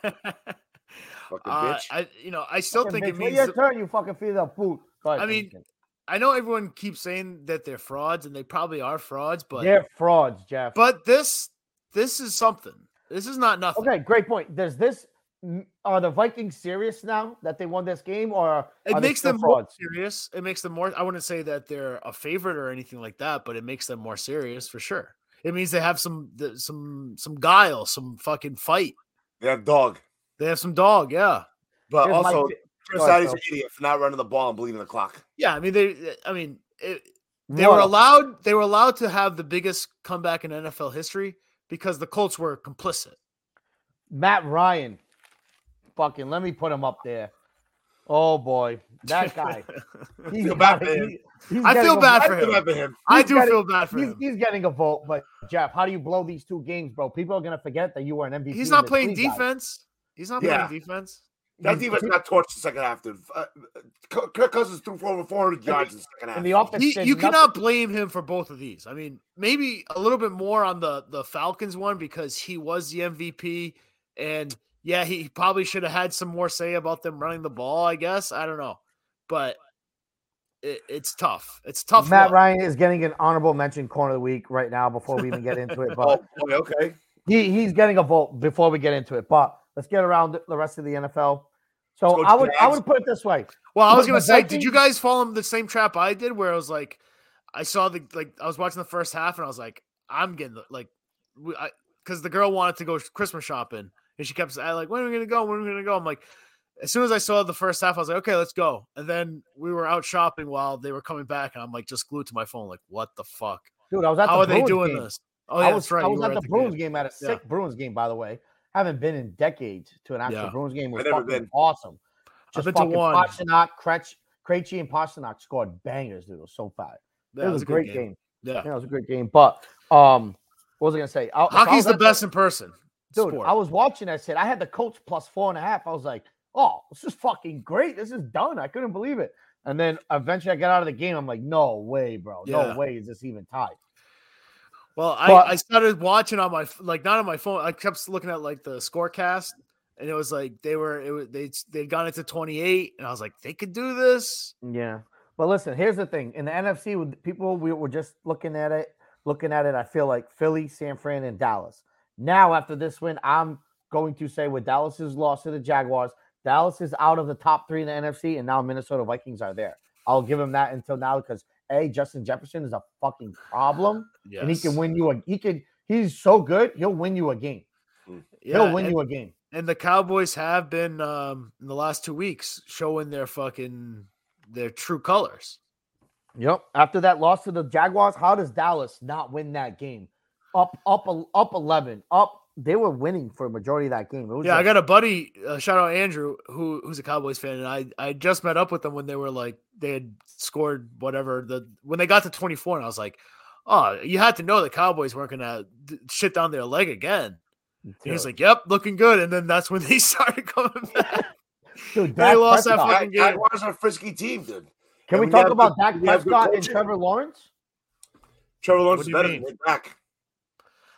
Fucking
Uh,
bitch.
I you know I still think it means.
your turn. You fucking feed the food. Go ahead,
I mean,
Duncan.
I know everyone keeps saying that they're frauds, and they probably are frauds, but
they're frauds, Jeff.
but this this is something. This is not nothing.
okay, great point. Does this m- are the Vikings serious now that they won this game, or
It
are they
makes
still
them more
frauds?
serious. It makes them more. I wouldn't say that they're a favorite or anything like that, but it makes them more serious for sure. It means they have some the- some some guile, some fucking fight.
They have dog.
They have some dog. Yeah, uh,
But
Here's my
also,
t-
Chris
go ahead,
Addy's an
Phil.
idiot for not running the ball and bleeding the clock.
yeah. I mean, they. I mean, it, they
What
were
a-
allowed. They were allowed to have the biggest comeback in NFL history because the Colts were complicit.
Matt Ryan. Fucking let me put him up there. Oh boy, that guy. He's
Feel bad
gotta-
for him.
he- he's
I
getting
feel
a-
bad
I
for
feel
him.
bad for him.
I
He's
do
got it.
feel bad for
He's,
him.
he's getting a vote, but Jeff, how do you blow these two games, bro? People are gonna forget that you were an MVP.
He's
in
not
this
playing
league, guys.
defense. He's not
Yeah.
playing defense.
That
He's-
defense got torched the second half, dude. Uh, uh, Kirk Cousins threw for over 400 yards in the second half.
And the offense
He-
did
you
nothing.
cannot blame him for both of these. I mean, maybe a little bit more on the the Falcons one because he was the MVP, and yeah, he probably should have had some more say about them running the ball. I guess I don't know, but it, it's tough. It's tough.
Matt
luck.
Ryan is getting an honorable mention corner of the week right now before we even get into it. But
oh, boy, okay.
he, he's getting a vote before we get into it. But let's get around the rest of the NFL. So
Coach
I would I
Jags.
would put it this way.
Well, I was
But
gonna
the
say, did you
Vikings-
guys fall in the same trap I did, where I was like, I saw the like I was watching the first half and I was like, I'm getting the, like, we- I because the girl wanted to go sh- Christmas shopping and she kept saying like, when are we gonna go? When are we gonna go? I'm like, as soon as I saw the first half, I was like, okay, let's go. And then we were out shopping while they were coming back, and I'm like, just glued to my phone, like, what the fuck?
Dude, I was at
How
the
are they
Bruins
doing
game.
this? Oh,
I
yeah,
was,
that's right.
I
you
was
were
at the
game.
Bruins game at a
Yeah.
sick Bruins game, by the way. Haven't been in decades to an actual
Yeah.
Bruins game. It was
never
fucking
been.
awesome.
I've
Just
been to
fucking
one.
Pasternak, Krejci, Krejci and Pasternak scored bangers, dude. It was so fire.
Yeah,
it was, a
good
great game.
Yeah,
Yeah, it was a great game. But um, what was I gonna say? I, if I
hockey's
was
the
at
best in person.
Dude,
sport.
I was watching. I said I had the Colts plus four and a half. I was like, "Oh, this is fucking great. This is done." I couldn't believe it. And then eventually I got out of the game. I'm like, no way, bro. No
Yeah.
way is this even tied.
Well, I,
But-
I started watching on my f- like not on my phone. I kept looking at like the scorecast, and it was like they were it was, they they'd gone into twenty eight, and I was like, they could do this.
Yeah. But listen, here's the thing. In the NFC, with people we were just looking at it, looking at it, I feel like Philly, San Fran, and Dallas. Now, after this win, I'm going to say with Dallas's loss to the Jaguars, Dallas is out of the top three in the NFC, and now Minnesota Vikings are there. I'll give him that until now because A, Justin Jefferson is a fucking problem.
Yes.
And he can win you a he can he's so good, he'll win you a game.
Yeah,
he'll win
and,
you a game.
and the Cowboys have been um in the last two weeks showing their fucking their true colors.
Yep. After that loss to the Jaguars, how does Dallas not win that game? Up, up, el- up eleven. Up. They were winning for a majority of that game. It was
Yeah, I
just-
got a buddy, uh, shout out Andrew, who who's a Cowboys fan, and I I just met up with them when they were like they had scored whatever the when they got to twenty four, and I was like, oh, you had to know the Cowboys weren't gonna d- shit down their leg again. And he was
dude,
like, yep, looking good, and then that's when they started coming back.
dude,
they
Dak
lost that
Prescott.
fucking-
Jack- Jaguars are a frisky team, dude.
Can
and
we
we
talk
have
about
good-
Dak
we have good
Prescott and
coaching.
Trevor Lawrence?
Trevor
What
Lawrence
do
is
you
better
mean?
than Nick Mack.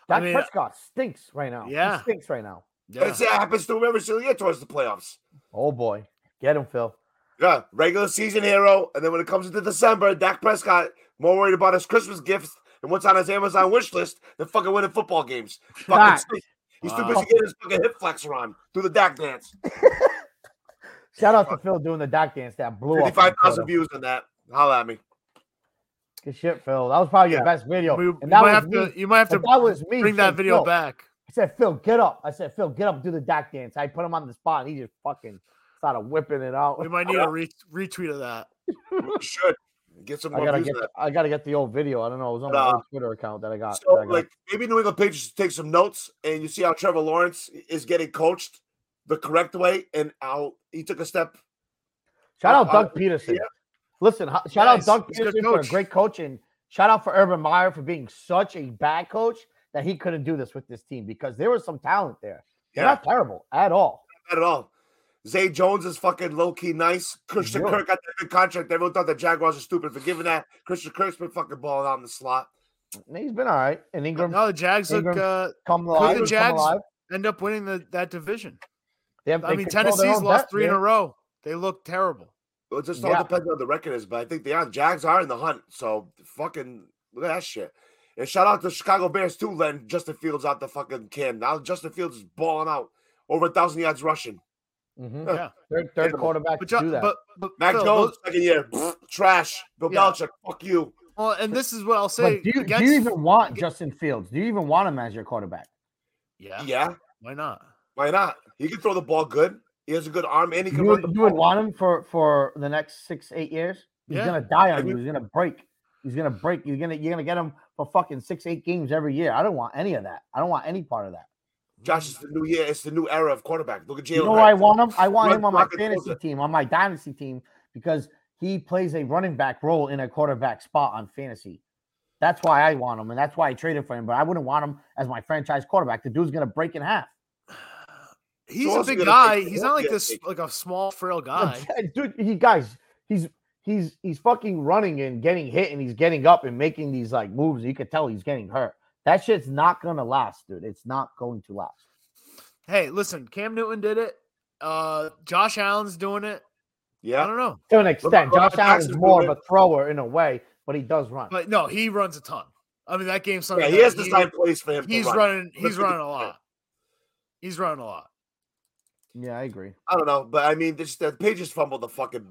Dak
mean,
Prescott stinks right now. He
yeah.
stinks right now.
And it's-
Yeah.
It happens to him every single year towards the playoffs.
Oh boy, get him, Phil.
Yeah, regular season hero, and then when it comes into December, Dak Prescott more worried about his Christmas gifts and what's on his Amazon wish list than fucking winning football games. Fucking
Fact.
sick. He's too
Wow.
busy getting his fucking hip flexor on through the Dak dance.
Shout out to Phil doing the Dak dance that blew up. on
Fifty-five thousand
Twitter.
views on that. Holla at me.
Good shit, Phil. That was probably your
Yeah.
best video.
We- you,
and that
might
was
have
me.
to, you might have to
and that was me.
bring that
saying,
video
"Phil,
back.
I said, Phil, get up. I said, Phil, get up, do the Dak dance. I put him on the spot. And he just fucking started whipping it out.
We might need a re- retweet of that.
We should get some
I
more
gotta
views
get,
on
the,
that.
I gotta get the old video. I don't know. It was on
But,
my
uh,
old Twitter account that I got.
So,
that I got.
like, maybe New England Patriots should take some notes, and you see how Trevor Lawrence is getting coached the correct way, and how he took a step.
shout out
uh,
Doug Peterson. Listen, ho- shout
Nice.
out Doug
He's a good
Peterson for a
coach.
great coach, and shout out for Urban Meyer for being such a bad coach that he couldn't do this with this team because there was some talent there. They're not terrible at all.
at all. Zay Jones is fucking low key nice. Christian
Yeah.
Kirk got that big contract. Everyone thought the Jaguars were stupid for giving that. Christian Kirk's been fucking balling out in the slot.
And He's been all right. And Ingram
No, the Jags look
Ingram.
uh,
come alive.
the
come
Jags-
alive.
end up winning the, that division.
They have,
I
they
mean,
control their
Tennessee's
own
lost
depth,
three in
man.
a row. They look terrible.
It just all
Yeah.
depends on the record is, but I think they are. Jags are in the hunt. So fucking look at that shit. And shout out to Chicago Bears too, letting Justin Fields out the fucking can. Now Justin Fields is balling out over a thousand yards rushing.
Mhm.
Yeah.
Third, third
But
quarterback
But
to
Jo-
do that.
but but
Mac
Phil,
Jones,
those-
second year, trash. Bill
Yeah.
Belichick, fuck you.
well, and this is what I'll say.
But do you, do
against-
you even want Justin Fields? Do you even want him as your quarterback?
yeah,
Yeah,
Why not?
why not? He can throw the ball good. He has a good arm, and he
You
can. run
would,
the
you would
ball.
want him for for the next six eight years. He's
Yeah.
gonna die
I
on you.
mean-
He's gonna break. He's gonna break. You're gonna you're gonna get him for fucking six eight games every year. I don't want any of that. I don't want any part of that.
Josh, it's the new year. It's the new era of quarterback. Look at Jalen.
You know
Hurts.
where I want him? I want
Run
him on my
block and
fantasy
close
team, on my dynasty team, because he plays a running back role in a quarterback spot on fantasy. That's why I want him, and that's why I traded for him. But I wouldn't want him as my franchise quarterback. The dude's gonna break in half.
He's
also
a big
gonna
guy.
take the
He's not like
Philadelphia
this,
take.
like a small, frail
Yeah,
guy.
Dude, he guys, he's he's he's fucking running and getting hit and he's getting up and making these like moves. You could tell he's getting hurt. That shit's not gonna last, dude. It's not going to last.
Hey, listen, Cam Newton did it. Uh, Josh Allen's doing it. I
Yeah,
don't know,
To an extent,
Lamar
Josh Allen is
Jackson's
more of
doing
a thrower in a way, but he does run.
but no, he runs a ton. I mean, that game Sunday.
yeah. He
night,
has designed plays for him. to
He's
run.
running.
Look at
He's
the
running a
defense.
lot. He's running a lot.
Yeah, I agree.
I don't know, but I mean, this, the Patriots fumbled the fucking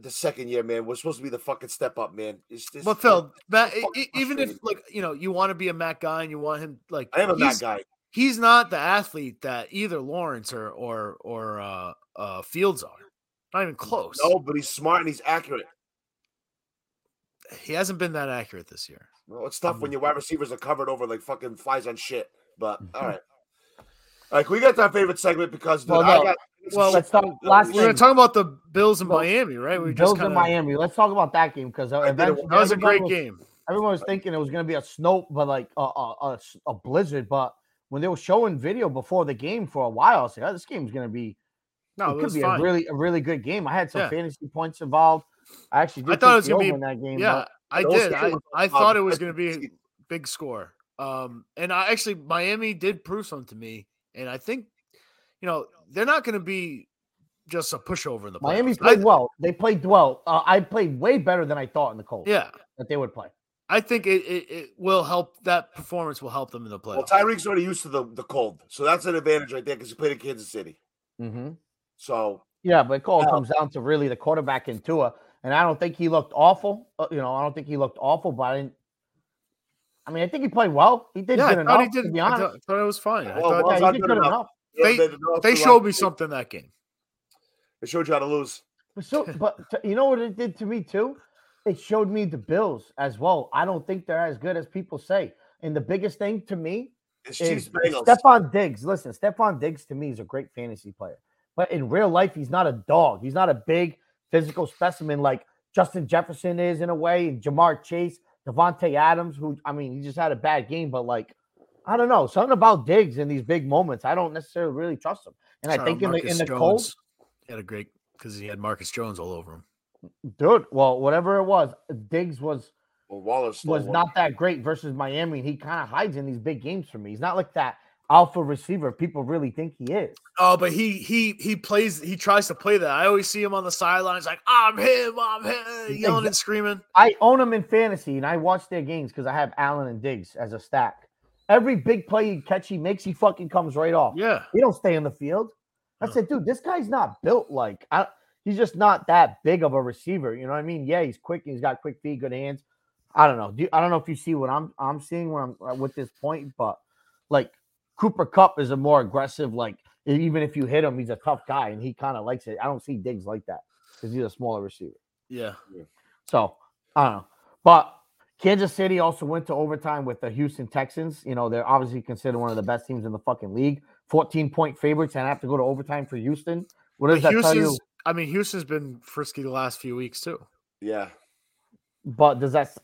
the second year, man. We're supposed to be the fucking step up, man. It's, it's,
But Phil, Matt,
fucking
e- e- even if
frustrating.
like you know you want to be a Matt guy and you want him like
I am a Mac
he's-
guy.
he's not the athlete that either Lawrence or or or uh, uh, Fields are. Not even close.
No, but he's smart and he's accurate.
He hasn't been that accurate this year.
Well, it's tough when
Um,
your wide receivers are covered over like fucking flies on shit. But
Mm-hmm.
all right, all right. Can we get to our favorite segment because dude,
Well,
I
no.
got
Well, let's talk last
We were
thing.
talking about the Bills in
Well,
Miami, right? We
Bills
just kind
in
of
Miami. Let's talk about that game because
did it.
eventually
that was a
everybody
great game.
Everyone was thinking it was going to be a snow, but like a, a, a s- a blizzard. But when they were showing video before the game for a while, I was like, oh, this game's going to be
No,
it
it
could
was
be
fine.
a really a really good game. I had some
Yeah.
fantasy points involved. I actually did
I thought it was
going
gonna
to
be-
in that game.
Yeah, I
Those
did. I,
games
I thought it was
I
going to be a big score. Um, and I actually Miami did prove something to me, and I think, you know, they're not going to be just a pushover in the playoffs.
though. Miami
I-
played well. They played well. Uh, I played way better than I thought in the Colts
yeah,
that they would play.
I think it, it, it will help. That performance will help them in the
Well,
playoffs.
Tyreek's already used to the, the cold, so that's an advantage right there because he played in Kansas City.
Mm-hmm.
So
Yeah, but it all
Now-
comes down to really the quarterback in Tua, and I don't think he looked awful. Uh, you know, I don't think he looked awful, but I didn't. I mean, I think he played well. He did
yeah,
good
I thought
enough.
he did.
To be
I
honest,
thought, I thought it was fine. I
Well,
thought
well,
yeah,
not
he did
good
good
enough.
enough.
They-
Yeah, lost
they
the
showed
last
me
game.
something that game.
They showed you how to lose.
But so, but t- you know what it did to me too? It showed me the Bills as well. I don't think they're as good as people say. And the biggest thing to me
It's
is
Chiefs Bengals.
Stephon Diggs. Listen, Stephon Diggs to me is a great fantasy player, but in real life, he's not a dog. He's not a big physical specimen like Justin Jefferson is in a way, and Jamar Chase, Devontae Adams, who I mean, he just had a bad game, but like, I don't know, something about Diggs in these big moments. I don't necessarily really trust him. And I
Shout out
think in the
Marcus
in the
Jones.
cold,
he had a great because he had Marcus Jones all over him.
dude, well, whatever it was, Diggs was
Well, Waller stole
was
one.
not that great versus Miami, and he kind of hides in these big games for me. He's not like that alpha receiver people really think he is.
Oh, but he he he plays. He tries to play that. I always see him on the sidelines, like I'm him, I'm him, yelling and screaming.
I own them in fantasy, and I watch their games because I have Allen and Diggs as a stack. Every big play he catch he makes, he fucking comes right off.
Yeah,
He don't stay in the field. I
No.
said, dude, this guy's not built like I, he's just not that big of a receiver. You know what I mean? Yeah, he's quick. He's got quick feet, good hands. I don't know. Do you- I don't know if you see what I'm I'm seeing when I'm uh, with this point, but like Cooper Cup is a more aggressive. Like even if you hit him, he's a tough guy, and he kind of likes it. I don't see Diggs like that because he's a smaller receiver.
yeah.
So I don't know. But Kansas City also went to overtime with the Houston Texans. You know, they're obviously considered one of the best teams in the fucking league. 14 point favorites and have to go to overtime for Houston. What does
But
that tell you?
Houston's. I mean, Houston's been frisky the last few weeks too.
Yeah.
But does that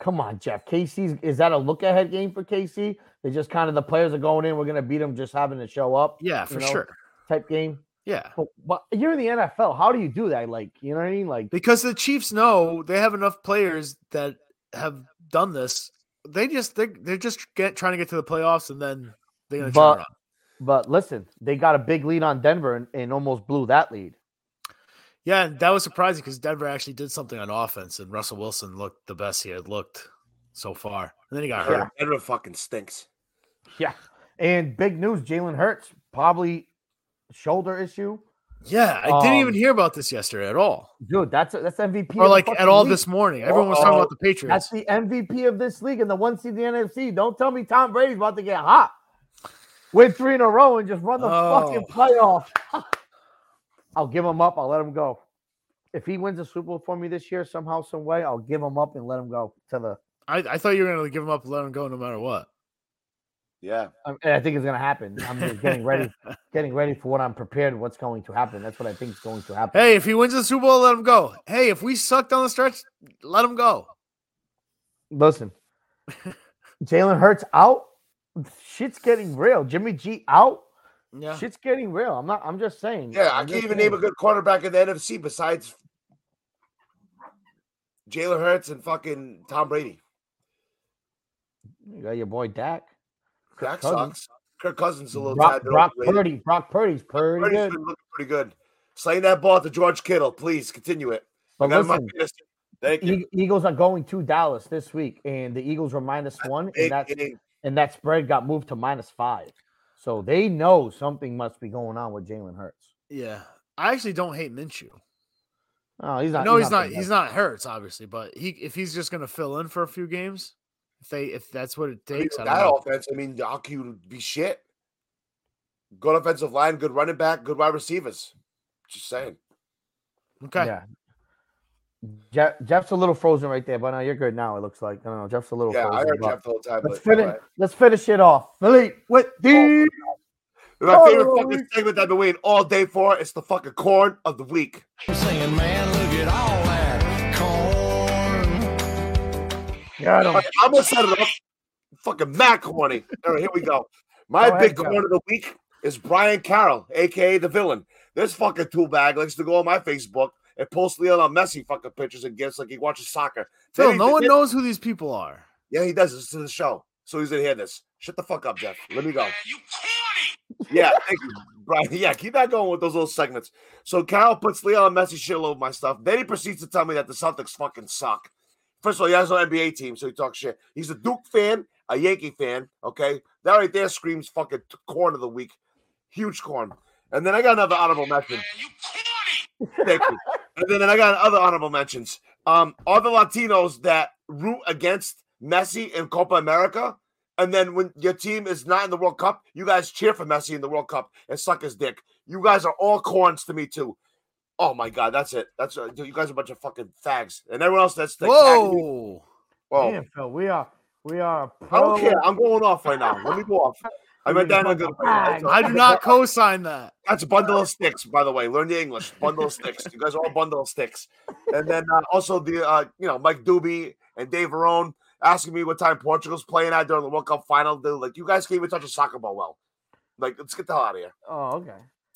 come on, Jeff? KC's is that a look ahead game for KC? They just kind of the players are going in, we're gonna beat them just having to show up
Yeah, for
know?
sure.
type game.
Yeah,
But, but you're in the NFL. How do you do that? Like, you know what I mean? Like
because the Chiefs know they have enough players that have done this. They just they they're just get, trying to get to the playoffs, and then they're gonna
But-
turn it on.
but listen, they got a big lead on Denver and, and almost blew that lead.
Yeah, and that was surprising because Denver actually did something on offense, and Russell Wilson looked the best he had looked so far. And then he got hurt.
yeah. Denver fucking stinks.
Yeah. And big news, Jalen Hurts, probably shoulder issue.
Yeah, I didn't even
Um,
hear about this yesterday at all,
Dude, that's that's MVP.
or
of the
like
fucking
at all
league.
this morning. Everyone was talking about the
That's
Patriots.
the MVP of this league and the one seed in the NFC. Don't tell me Tom Brady's about to get hot. Win three in a row and just run the fucking
Oh.
playoff. I'll give him up. I'll let him go. If he wins a Super Bowl for me this year, somehow, some way, I'll give him up and let him go to the.
I, I thought you were gonna give him up, and let him go, no matter what.
Yeah.
I and I think it's gonna happen. I'm just getting ready, getting ready for what I'm prepared. What's going to happen? That's what I think is going to happen.
Hey, if he wins the Super Bowl, let him go. Hey, if we suck down the stretch, let him go.
Listen, Jalen Hurts out. Shit's getting real. Jimmy G out.
Yeah,
Shit's getting real. I'm not. I'm just saying.
Yeah. I
I'm
can't
just
even
saying.
name a good quarterback in the NFC besides Jalen Hurts and fucking Tom Brady.
You got your boy Dak.
Dak
Cousins.
sucks. Kirk Cousins is a little
Brock,
tad bit
Brock
overrated.
Purdy. Brock Purdy's pretty
Purdy's
good.
been looking pretty good. Slaying that ball to George Kittle, please continue it. I
But
got my
listen,
fist. Thank you.
E- Eagles are going to Dallas this week, and the Eagles were minus one, and
Big
that
game.
and that spread got moved to minus five. So they know something must be going on with Jalen Hurts.
yeah. I actually don't hate Minshew.
Oh, he's
No,
not.
he's not.
the
He's
best.
not Hurts, obviously, but he if he's just gonna fill in for a few games, if they if that's what it
I mean,
takes, I don't
that
know.
offense, I mean, the IQ would be shit. Good offensive line, good running back, good wide receivers. Just saying.
Okay.
Yeah. Jeff, Jeff's a little frozen right there, but no, you're good now. It looks like I don't know. Jeff's a little
Yeah,
frozen.
I heard
but-
Jeff the whole time.
Let's
but-
finish.
alright.
Let's finish it off. Philippe with
Oh,
the
My favorite
Holy-
fucking segment that I've been waiting all day for is the fucking corn of the week.
singing, man, look at all that corn.
got
All right, I'm gonna set it up. Fucking Mac horny. All right, here we go. My
Go ahead,
big
Joe.
corn of the week is Brian Carroll, aka the villain. This fucking tool bag likes to go on my Facebook and posts Lionel Messi fucking pictures and gifts like he watches soccer.
Phil,
Then he-
no one
then-
knows who these people are.
Yeah, he does. This is the show. So he's gonna hear this. Shut the fuck up, Jeff. Let me go. you corny. Yeah, thank you, Brian. Yeah, keep that going with those little segments. So Carol puts Leon Messi shit all over my stuff. Then he proceeds to tell me that the Celtics fucking suck. First of all, he has no NBA team, so he talks shit. He's a Duke fan, a Yankee fan. Okay, that right there screams fucking t- corn of the week, huge corn. And then I got another honorable mention. Thank you. And then, then I got other honorable mentions. Um, all the Latinos that root against Messi in Copa America, and then when your team is not in the World Cup, you guys cheer for Messi in the World Cup and suck his dick. You guys are all corns to me too. Oh my god, that's it. That's uh, you guys are a bunch of fucking fags, and everyone else that's like, tagging me-
Whoa.
Whoa.
Damn, Phil, we are we are
oh. I
pro.
don't care. I'm going off right now. Let me go off. I read that in a good way. That's
Fag.
I do not co sign that.
That's a bundle of sticks, by the way. Learn the English. Bundle of sticks. You guys are all bundle of sticks. And then uh, also the uh, you know Mike Doobie and Dave Verone asking me what time Portugal's playing at during the World Cup final. They're like, you guys can't even touch a soccer ball well. Like, let's get the hell out of here.
Oh, okay.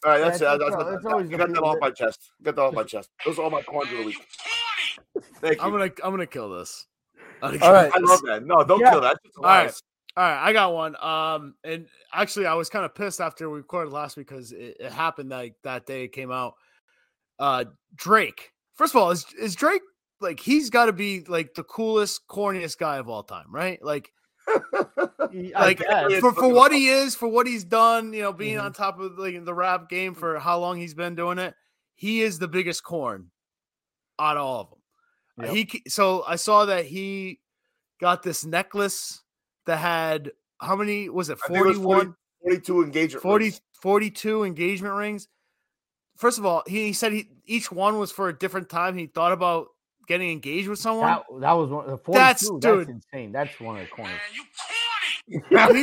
All right, that's it.
Yeah,
I
it's-
that's,
it's
that's,
always
I
the
got that
people
off
that-
my chest. Got that off my chest. Those are all my corns of the week. Thank you.
I'm gonna I'm gonna kill this. I'm gonna
All
kill
right.
I
this.
love that. No, don't
Yeah.
kill that. All
All
right.
right. All right, I got one. Um, and actually, I was kind of pissed after we recorded last week because it, it happened like that day it came out. Uh, Drake. First of all, is is Drake like he's got to be like the coolest, corniest guy of all time, right? Like
I
Like,
guess.
Yeah,
for,
it's
for
fucking awesome.
what
Mm-hmm.
he is, for what he's done, you know, being
Mhm.
on top of like the rap game for how long he's been doing it, he is the biggest corn out of all of them. Uh,
Yep.
He c- so I saw that he got this necklace that had how many was it
I think it was 40
41
42 engagement.
40
rings.
42 engagement rings. First of all, he, he said he, each one was for a different time. He thought about getting engaged with someone.
That, that was one. The 42,
That's-
that's,
dude.
insane. That's one of the corners.
dude,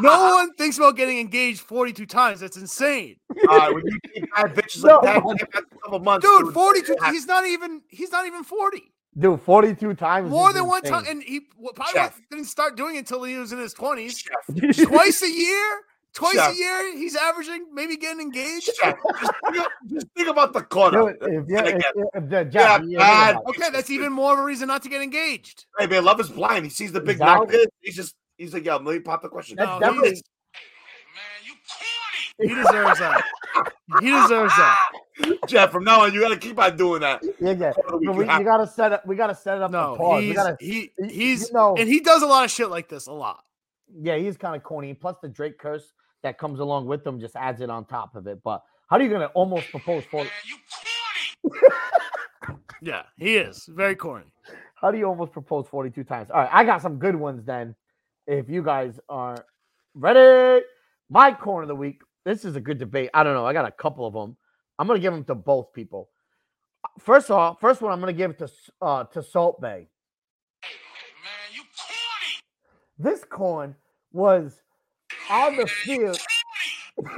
no one thinks about getting engaged 42 times. That's insane.
All right, when you keep bad bitches
No.
like that, you can't have a couple months,
Dude, 42
Yeah.
he's not even he's not even 40.
Dude, 42 times.
More
is
than one
insane.
time and he w- probably
Chef.
wasn't- didn't start doing it until he was in his 20s.
Chef.
Twice a year? Twice
Chef.
a year he's averaging maybe getting engaged.
Jeff, just, think, just think about the corner.
Dude, if, yeah,
Again.
if, if, the Jeff, yeah,
Yeah,
think
bad.
about it.
Okay, that's even more of a reason not to get engaged.
Hey man, love is blind. He sees the big
Exactly.
exactly. He's just he's like, yo, let me pop the question.
That's
No,
definitely.
he's- He deserves that. He deserves that.
Jeff, from now on, you gotta keep on doing that.
yeah, yeah.
Corner week,
No,
you
we,
have-
you gotta set up. We gotta set it up. No,
No,
pause. We
he's
gotta,
he
you-
he's
you know,
and he does a lot of shit like this a lot.
yeah, he's kind of corny. Plus, the Drake curse that comes along with him just adds it on top of it. But how are you gonna almost propose for?
Yeah, he is very corny.
How do you almost propose 42 times? All right, I got some good ones then. If you guys are ready, my corner of the week. This is a good debate. I don't know. I got a couple of them. I'm gonna give them to both people. First off, first one I'm gonna give to S- uh, to Salt Bay. This corn was on the field.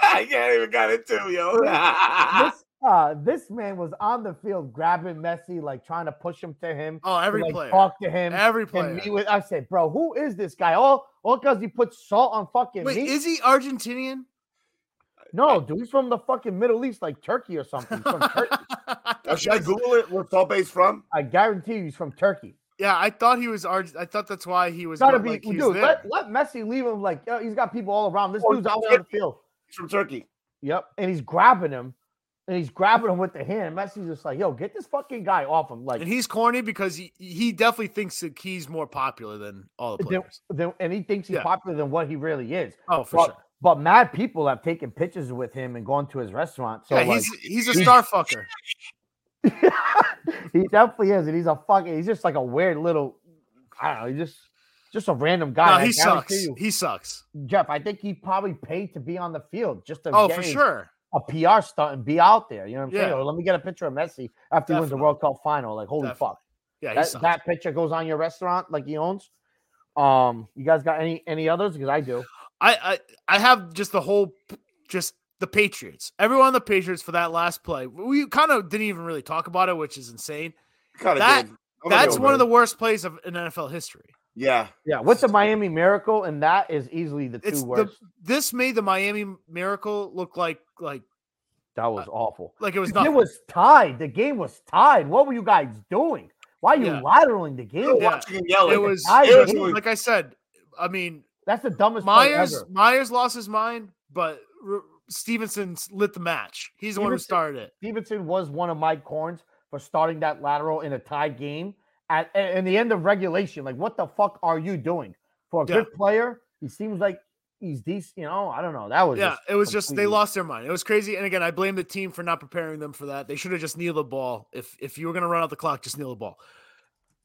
I can't even got it too, yo.
Ah.
This uh, this man was on the field grabbing Messi, like trying to push him to him,
Oh, every
like,
player.
talk to him,
Every
and
player.
meet with. I said, bro, who is this guy? All all because he put salt on fucking
Wait,
meat.
is he Argentinian?
No, dude, he's from the fucking Middle East, like Turkey or something. He's From Turkey.
Now, Oh, should I Google it where Salt Bay's from?
I guarantee you, he's from Turkey.
yeah, I thought he was Arg- I thought that's why he was
Gotta
go-
be,
like, he was
dude.
there.
Let, let Messi leave him. Like, yo, he's got people all around. This
Oh,
dude's out
yeah.
on the field.
He's from Turkey.
Yep, and he's grabbing him, and he's grabbing him with the hand. Messi's just like, yo, get this fucking guy off him. Like,
and he's corny because he, he definitely thinks that he's more popular than all the
than,
players.
than, and he thinks he's
Yeah.
popular than what he really is.
Oh, for
But,
sure.
but mad people have taken pictures with him and gone to his restaurant. So
yeah,
like,
he's he's a star fucker.
he definitely is, and he's a fucking. He's just like a weird little. I don't know. He's just just a random guy.
no,
I
he
guarantee
sucks.
you,
He sucks.
Jeff, I think he probably paid to be on the field just to
Oh,
get
for
a-
sure.
a PR stunt and be out there. You know what I'm saying?
Yeah.
Or let me get a picture of Messi after he wins the
Definitely.
World Cup final. Like, holy
Definitely.
fuck.
Yeah, he
That,
sucks.
that picture goes on your restaurant like he owns. Um, you guys got any any others? Because I do.
I, I I have just the whole p- just the Patriots. Everyone on the Patriots for that last play. We kind of didn't even really talk about it, which is insane.
Kind
That-
of
That's one of the worst plays of in NFL history.
yeah.
Yeah, with the Miami Miracle, and that is easily the two
It's the-
worst.
This made the Miami Miracle look like like
That was awful.
Like Uh, it was
It
nothing.
was tied. The game was tied. What were you guys doing? Why are you
Yeah.
lateraling the
You were
game?
Yeah.
watching and yelling.
it was,
guy
it was
did.
like I said. I mean,
That's the dumbest play
Myers
ever.
Myers lost his mind, but R- Stevenson lit the match. He's the one who
Stevenson-
started it.
Stevenson was one of my corns for starting that lateral in a tied game at a- in the end of regulation. Like, what the fuck are you doing? For a
Yeah.
good player, he seems like he's decent. You know, I don't know. That was
Yeah,
just
it was just they
completely-
lost their mind. It was crazy. And again, I blame the team for not preparing them for that. They should have just kneel the ball. If if you were gonna run out the clock, just kneel the ball.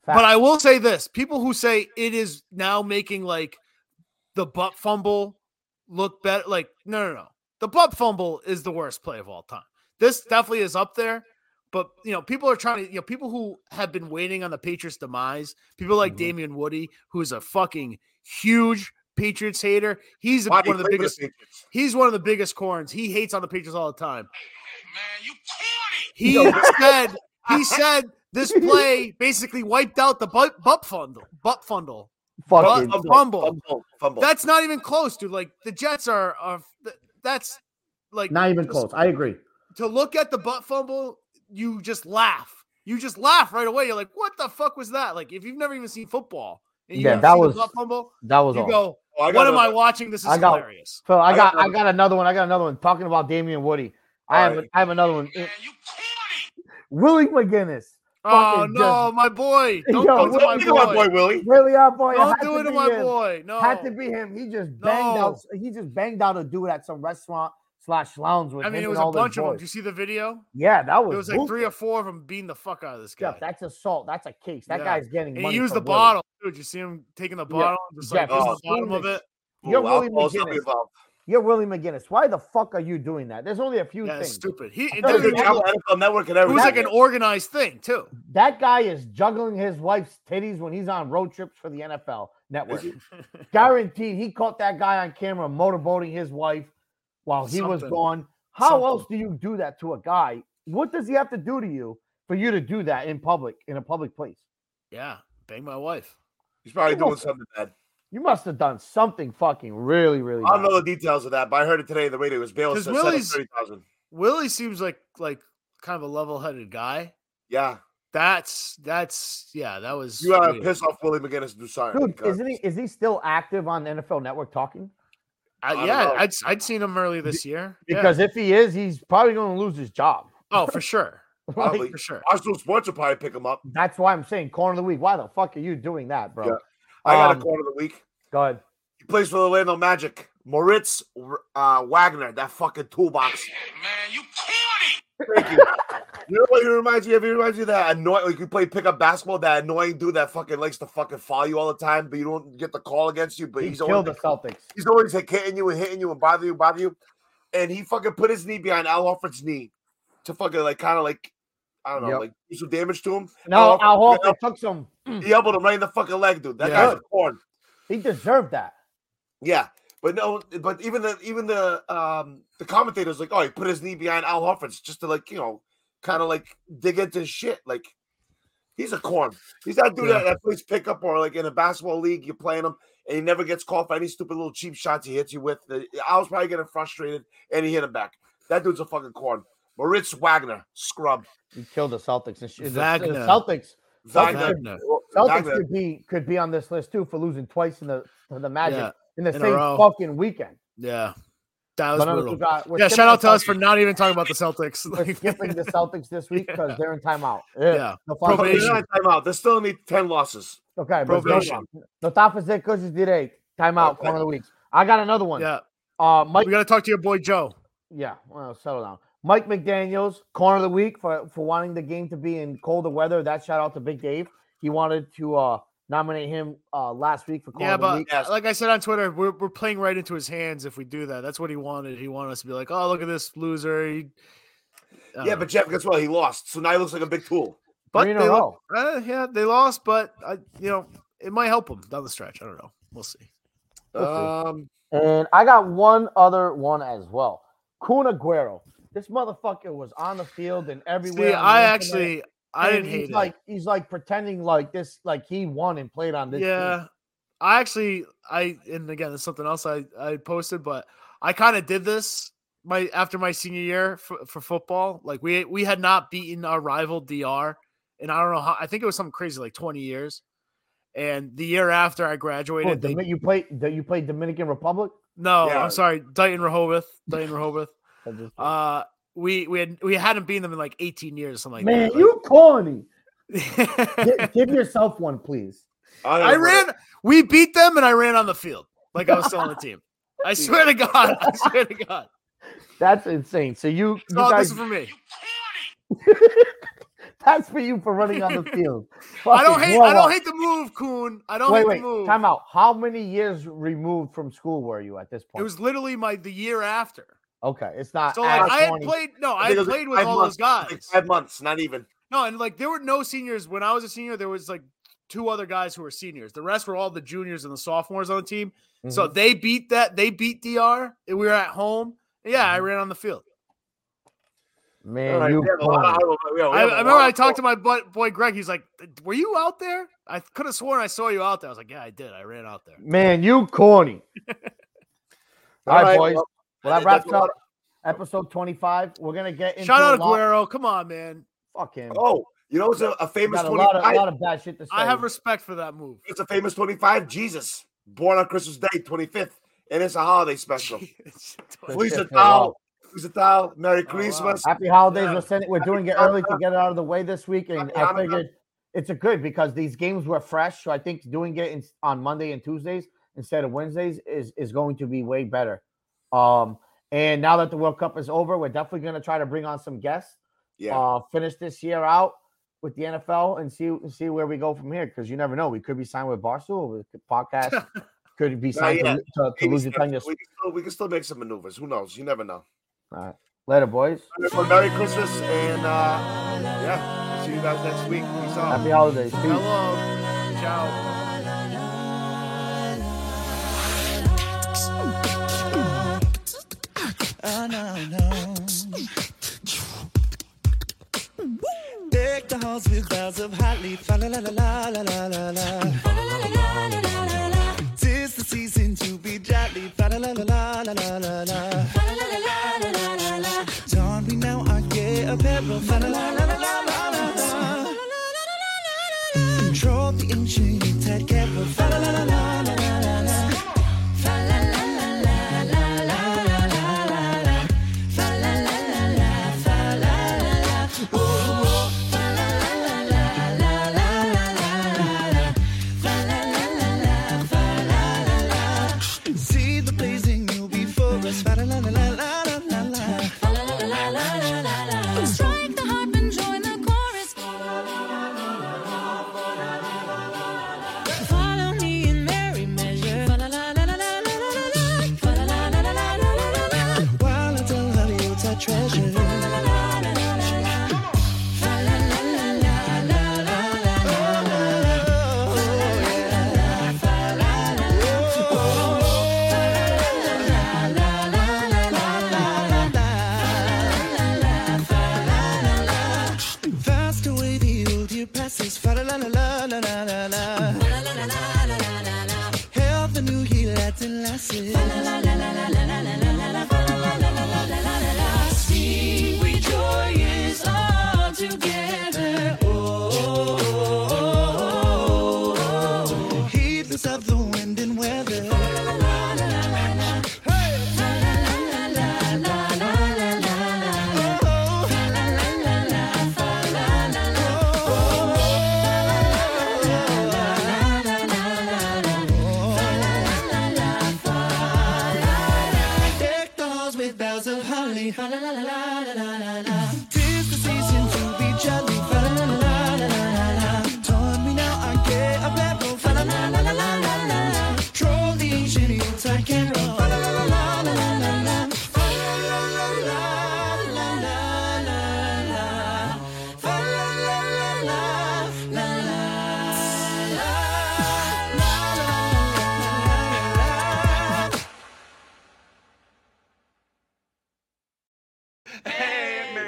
But
Fact.
I will say this: people who say it is now making like the butt fumble look better, like no, no, no. The butt fumble is the worst play of all time. This definitely is up there. But you know, people are trying to, you know, people who have been waiting on the Patriots' demise, people like
Mhm.
Mm-hmm.
Damian Woody, who is a fucking huge Patriots hater. He's
Why do
one
you
of the
play for
biggest
Patriots?
He's one of the biggest corns. He hates on the Patriots all the time.
Man, you corny.
He said he said this play basically wiped out the butt, butt fundle. Butt fundle. But
fucking
a fumble.
Fumble, fumble.
That's not even close, dude. Like the Jets are are th- that's like
not even
just
close. I agree.
To look at the butt fumble, you just laugh. You just laugh right away. You're like, what the fuck was that? Like if you've never even seen football and you
Yeah,
haven't
that
seen the
was-
butt fumble,
That was
you
all.
go,
Oh, I got
what am
another-
I watching? This is
I got-
hilarious.
So I
I
got,
got
I got another one. I got another one. Talking about Damian Woody. I
All
have
right.
I have another one.
Man, you corny.
Willie McGinnis.
Oh
Fucking
no, my boy.
Yo,
Don't go
Don't
to my
think about
boy.
boy Willie.
Really, our boy.
Don't
had
do it to
be
my
him.
boy. No.
Had to be him. He just banged
No.
out. He just banged out a dude at some restaurant slash lounge with
I mean,
him
it
and
was a
all his
bunch of them.
boys.
Did you see the video?
Yeah, that was.
There was like three or
ruthless.
four of them beating the fuck out of this guy.
Yeah, that's assault. That's a case. That
Yeah.
guy's getting
and
money.
he used
for
the
Willie.
bottle, dude. You see him taking the
Yeah.
bottle, and just like
Yeah,
using
he's
the bottom
doing
of it.
You're
Ooh,
Willie
alcohol's not
McGinnis.
involved.
You're Willie McGinnis. Why the fuck are you doing that? There's only a few
Yeah, it's
things.
stupid. He it
thought
Did a
Dude,
good
didn't
that
job
even-
with NFL Network and
it was like
everything.
an organized thing too.
That guy is juggling his wife's titties when he's on road trips for the NFL Network.
he?
Guaranteed, he caught that guy on camera motorboating his wife while he was
Something.
gone. How
Something.
else do you do that to a guy? What does he have to do to you for you to do that in public in a public place?
Yeah, bang my wife.
He's probably
Come on.
doing something bad.
You must have done something fucking really, really.
I don't
bad.
know the details of that, but I heard it today on the radio. It was bail
Does
set up
Willie's-
thirty thousand.
Willie seems like like kind of a level-headed guy.
Yeah,
That's that's yeah. That was
you gotta
weird.
piss off Willie McGinnis to do something.
Dude,
because-
isn't he is he still active on NFL Network talking?
I-
I don't
yeah,
know.
I'd I'd seen him earlier this year. Yeah.
Because if he is, he's probably going to lose his job.
oh, for sure,
Like,
Probably.
for sure.
Arsenal Sports will probably pick him up.
that's why I'm saying corner of the week. Why the fuck are you doing that, bro?
Yeah. I got
Um,
a corner of the week.
Go ahead.
He plays for the Orlando Magic. Moritz uh, Wagner, that fucking toolbox.
Man, you corny.
Thank you. You know what he reminds me of? He reminds me of that annoying, like you play pickup basketball, that annoying dude that fucking likes to fucking foul you all the time, but you don't get the call against you. But
He
he's
killed
always
the Celtics.
he's always like hitting you and hitting you and bother you, bother you. And he fucking put his knee behind Al Horford's knee to fucking like kind of like I don't know,
Yep.
like do some damage to him.
No,
Al
Al
Horford-
Horford took some.
He elbowed him right in the fucking leg, dude. That
Yeah.
guy's a corn.
He deserved that.
Yeah. But no, but even the even the um the commentators like, oh, he put his knee behind Al Horford's just to like you know, kind of like dig into his shit. Like he's a corn. He's that dude
Yeah.
that, that plays pickup or like in a basketball league, you're playing him and he never gets called for any stupid little cheap shots he hits you with. The- I was probably getting frustrated and he hit him back. That dude's a fucking corn. Moritz Wagner, scrub.
He killed the Celtics. And sh- the, the
Wagner.
Celtics.
Wagner,
Wagner.
Celtics
Wagner.
could be could be on this list too for losing twice in the to the Magic
Yeah,
in the
in a
same
row.
fucking weekend.
Yeah, that was
But none of
brutal.
us got- we're
yeah,
skipping
shout out
the
to us
Celtics-
for not even talking about the Celtics.
We're skipping the Celtics this week because
Yeah.
they're in timeout. Ugh,
Yeah.
the fucking-
Oh, they're
Probation.
not in timeout. They still need ten losses.
Okay,
Probation.
probation. No tapas de coaches today. Timeout.
Okay.
Corner of the weeks. I got another one.
yeah,
Uh, Mike.
we got to talk to your boy Joe.
Yeah. Well, settle down. Mike McDaniel's corner of the week for for wanting the game to be in colder weather. That shout out to Big Dave. He wanted to uh nominate him uh last week for corner
yeah,
of the
but
week.
Yes.
like I said on Twitter, we're, we're playing right into his hands if we do that. That's what he wanted. He wanted us to be like, oh, look at this loser. He, I
Yeah,
don't
but
know.
Jeff, guess what? He lost. So now he looks like a big tool.
but
Three in a
they, lo-
row.
uh, yeah, they lost, but I, you know, it might help him down the stretch. I don't know. We'll see.
We'll see.
Um,
And I got one other one as well. Kun Aguero. This motherfucker was on the field and everywhere.
See,
on the internet,
I actually, I
and
didn't
he's
hate it.
Like he's like pretending like this, like he won and played on this. team.
Yeah. I actually I and again it's something else I I posted, but I kind of did this my after my senior year for, for football. Like we we had not beaten our rival DR, and I don't know how. I think it was something crazy like twenty years. And the year after I graduated,
Oh,
they,
Domi- you played you played Dominican Republic.
no,
Yeah.
I'm sorry, Dighton Rehoboth, Dighton Rehoboth.
I just-
Uh, we we had we hadn't beaten them in like eighteen years, or something like
Man,
that.
you corny.
Like-
Gi- give yourself one, please.
I,
I ran. We beat them, and I ran on the field like I was still on the team. I swear to God. I swear to God.
That's insane. So you, you
Oh, this
guys,
is for me.
that's for you for running on the field.
I don't
Fucking
hate. I
blowout.
don't hate the move, Coon. I don't
Wait,
hate
wait,
the move.
time out. How many years removed from school were you at this point?
It was literally my the year after.
okay. It's not.
So like
at
I had
20.
played. No,
I
I
think it was
had
like
played with
five
all
months,
those guys.
like five months, not even.
No, and like there were no seniors when I was a senior. There was like two other guys who were seniors. The rest were all the juniors and the sophomores on the team. So
Mhm.
they beat that. They beat Dr. and We were at home. Yeah, I ran on the field.
Mm-hmm. man,
All right,
you
we have a lot of-
corny.
Oh, we have a
I, I
lot
remember I
of-
talked to my bu- boy Greg. He's like, "Were you out there? I could have sworn I saw you out there." I was like, "Yeah, I did. I ran out there."
man, you corny. All right, boys.
well,
Well, that
that's
wraps
a lot
up episode 25. We're gonna get into
Shout
a
out
lot-
Aguero. Come on, man.
Fuck him.
Oh, you know what's a, a
We
famous
got a
25?
lot of, a lot of bad shit to say.
I have respect for that move.
it's a famous 25. Jesus, born on Christmas Day, 25th, and it's a holiday special. Feliz
Christmas,
Natal,
wow. Oh,
Feliz Natal, Merry
wow.
Christmas.
Happy holidays.
Yeah.
We're sending, we're
Happy
doing it
Hanukkah.
early to get it out of the way this week, and
Happy
I
Hanukkah.
figured it's a good because these games were fresh. So I think doing it in, on Monday and Tuesdays instead of Wednesdays is is going to be way better. Um, and now that the World Cup is over, we're definitely going to try to bring on some guests.
Yeah,
Uh, finish this year out with the NFL and see see where we go from here because you never know. We could be signed with Barstool, the podcast could be signed to,
yet.
to, to
Baby
lose your
steps.
tenure.
we, can still, we can still make some maneuvers. Who knows? You never know.
Later, boys.
Well, Merry Christmas, and uh, yeah, see you guys next week. Peace out.
Happy holidays. Peace.
Hello. Ciao.
Oh, no, no. Deck the halls with boughs of hot leaf. La la la la la la la la la. Tis the season to be jolly. La la la la la la la la. Don we now our gay apparel. La la la la la la la la la. Control the ancient Yuletide carol. La la la la la la la la la. See the blazing new before us. Fa la la la la la la la la.
Strike the harp and join the chorus. Follow me in merry measure. Fa la la la la la la la la la. Fa la la la la la la la la la.
While I tell her you're a treasure. Fast away the old year passes. Fa la la la la la la la la. Hail the new year, lads and lasses.
See, we joyous all together. Oh, oh.
Heedless of the wind and weather.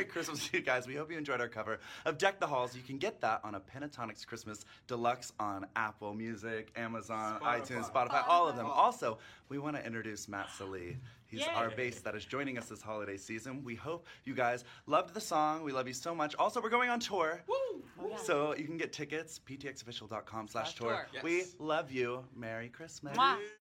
Christmas to you guys. We hope you enjoyed our cover of Deck the Halls. You can get that on a Pentatonics Christmas Deluxe on Apple Music, Amazon, iTunes, Spotify, all of them. Also, we want to introduce Matt Salee. He's our bass that is joining us this holiday season. We hope you guys loved the song. We love you so much. Also, we're going on tour. Oh, Woo! So you can get tickets, ptxofficial.com slash tour.
Slash tour.
We
Yes.
love you. Merry Christmas.
Mwah.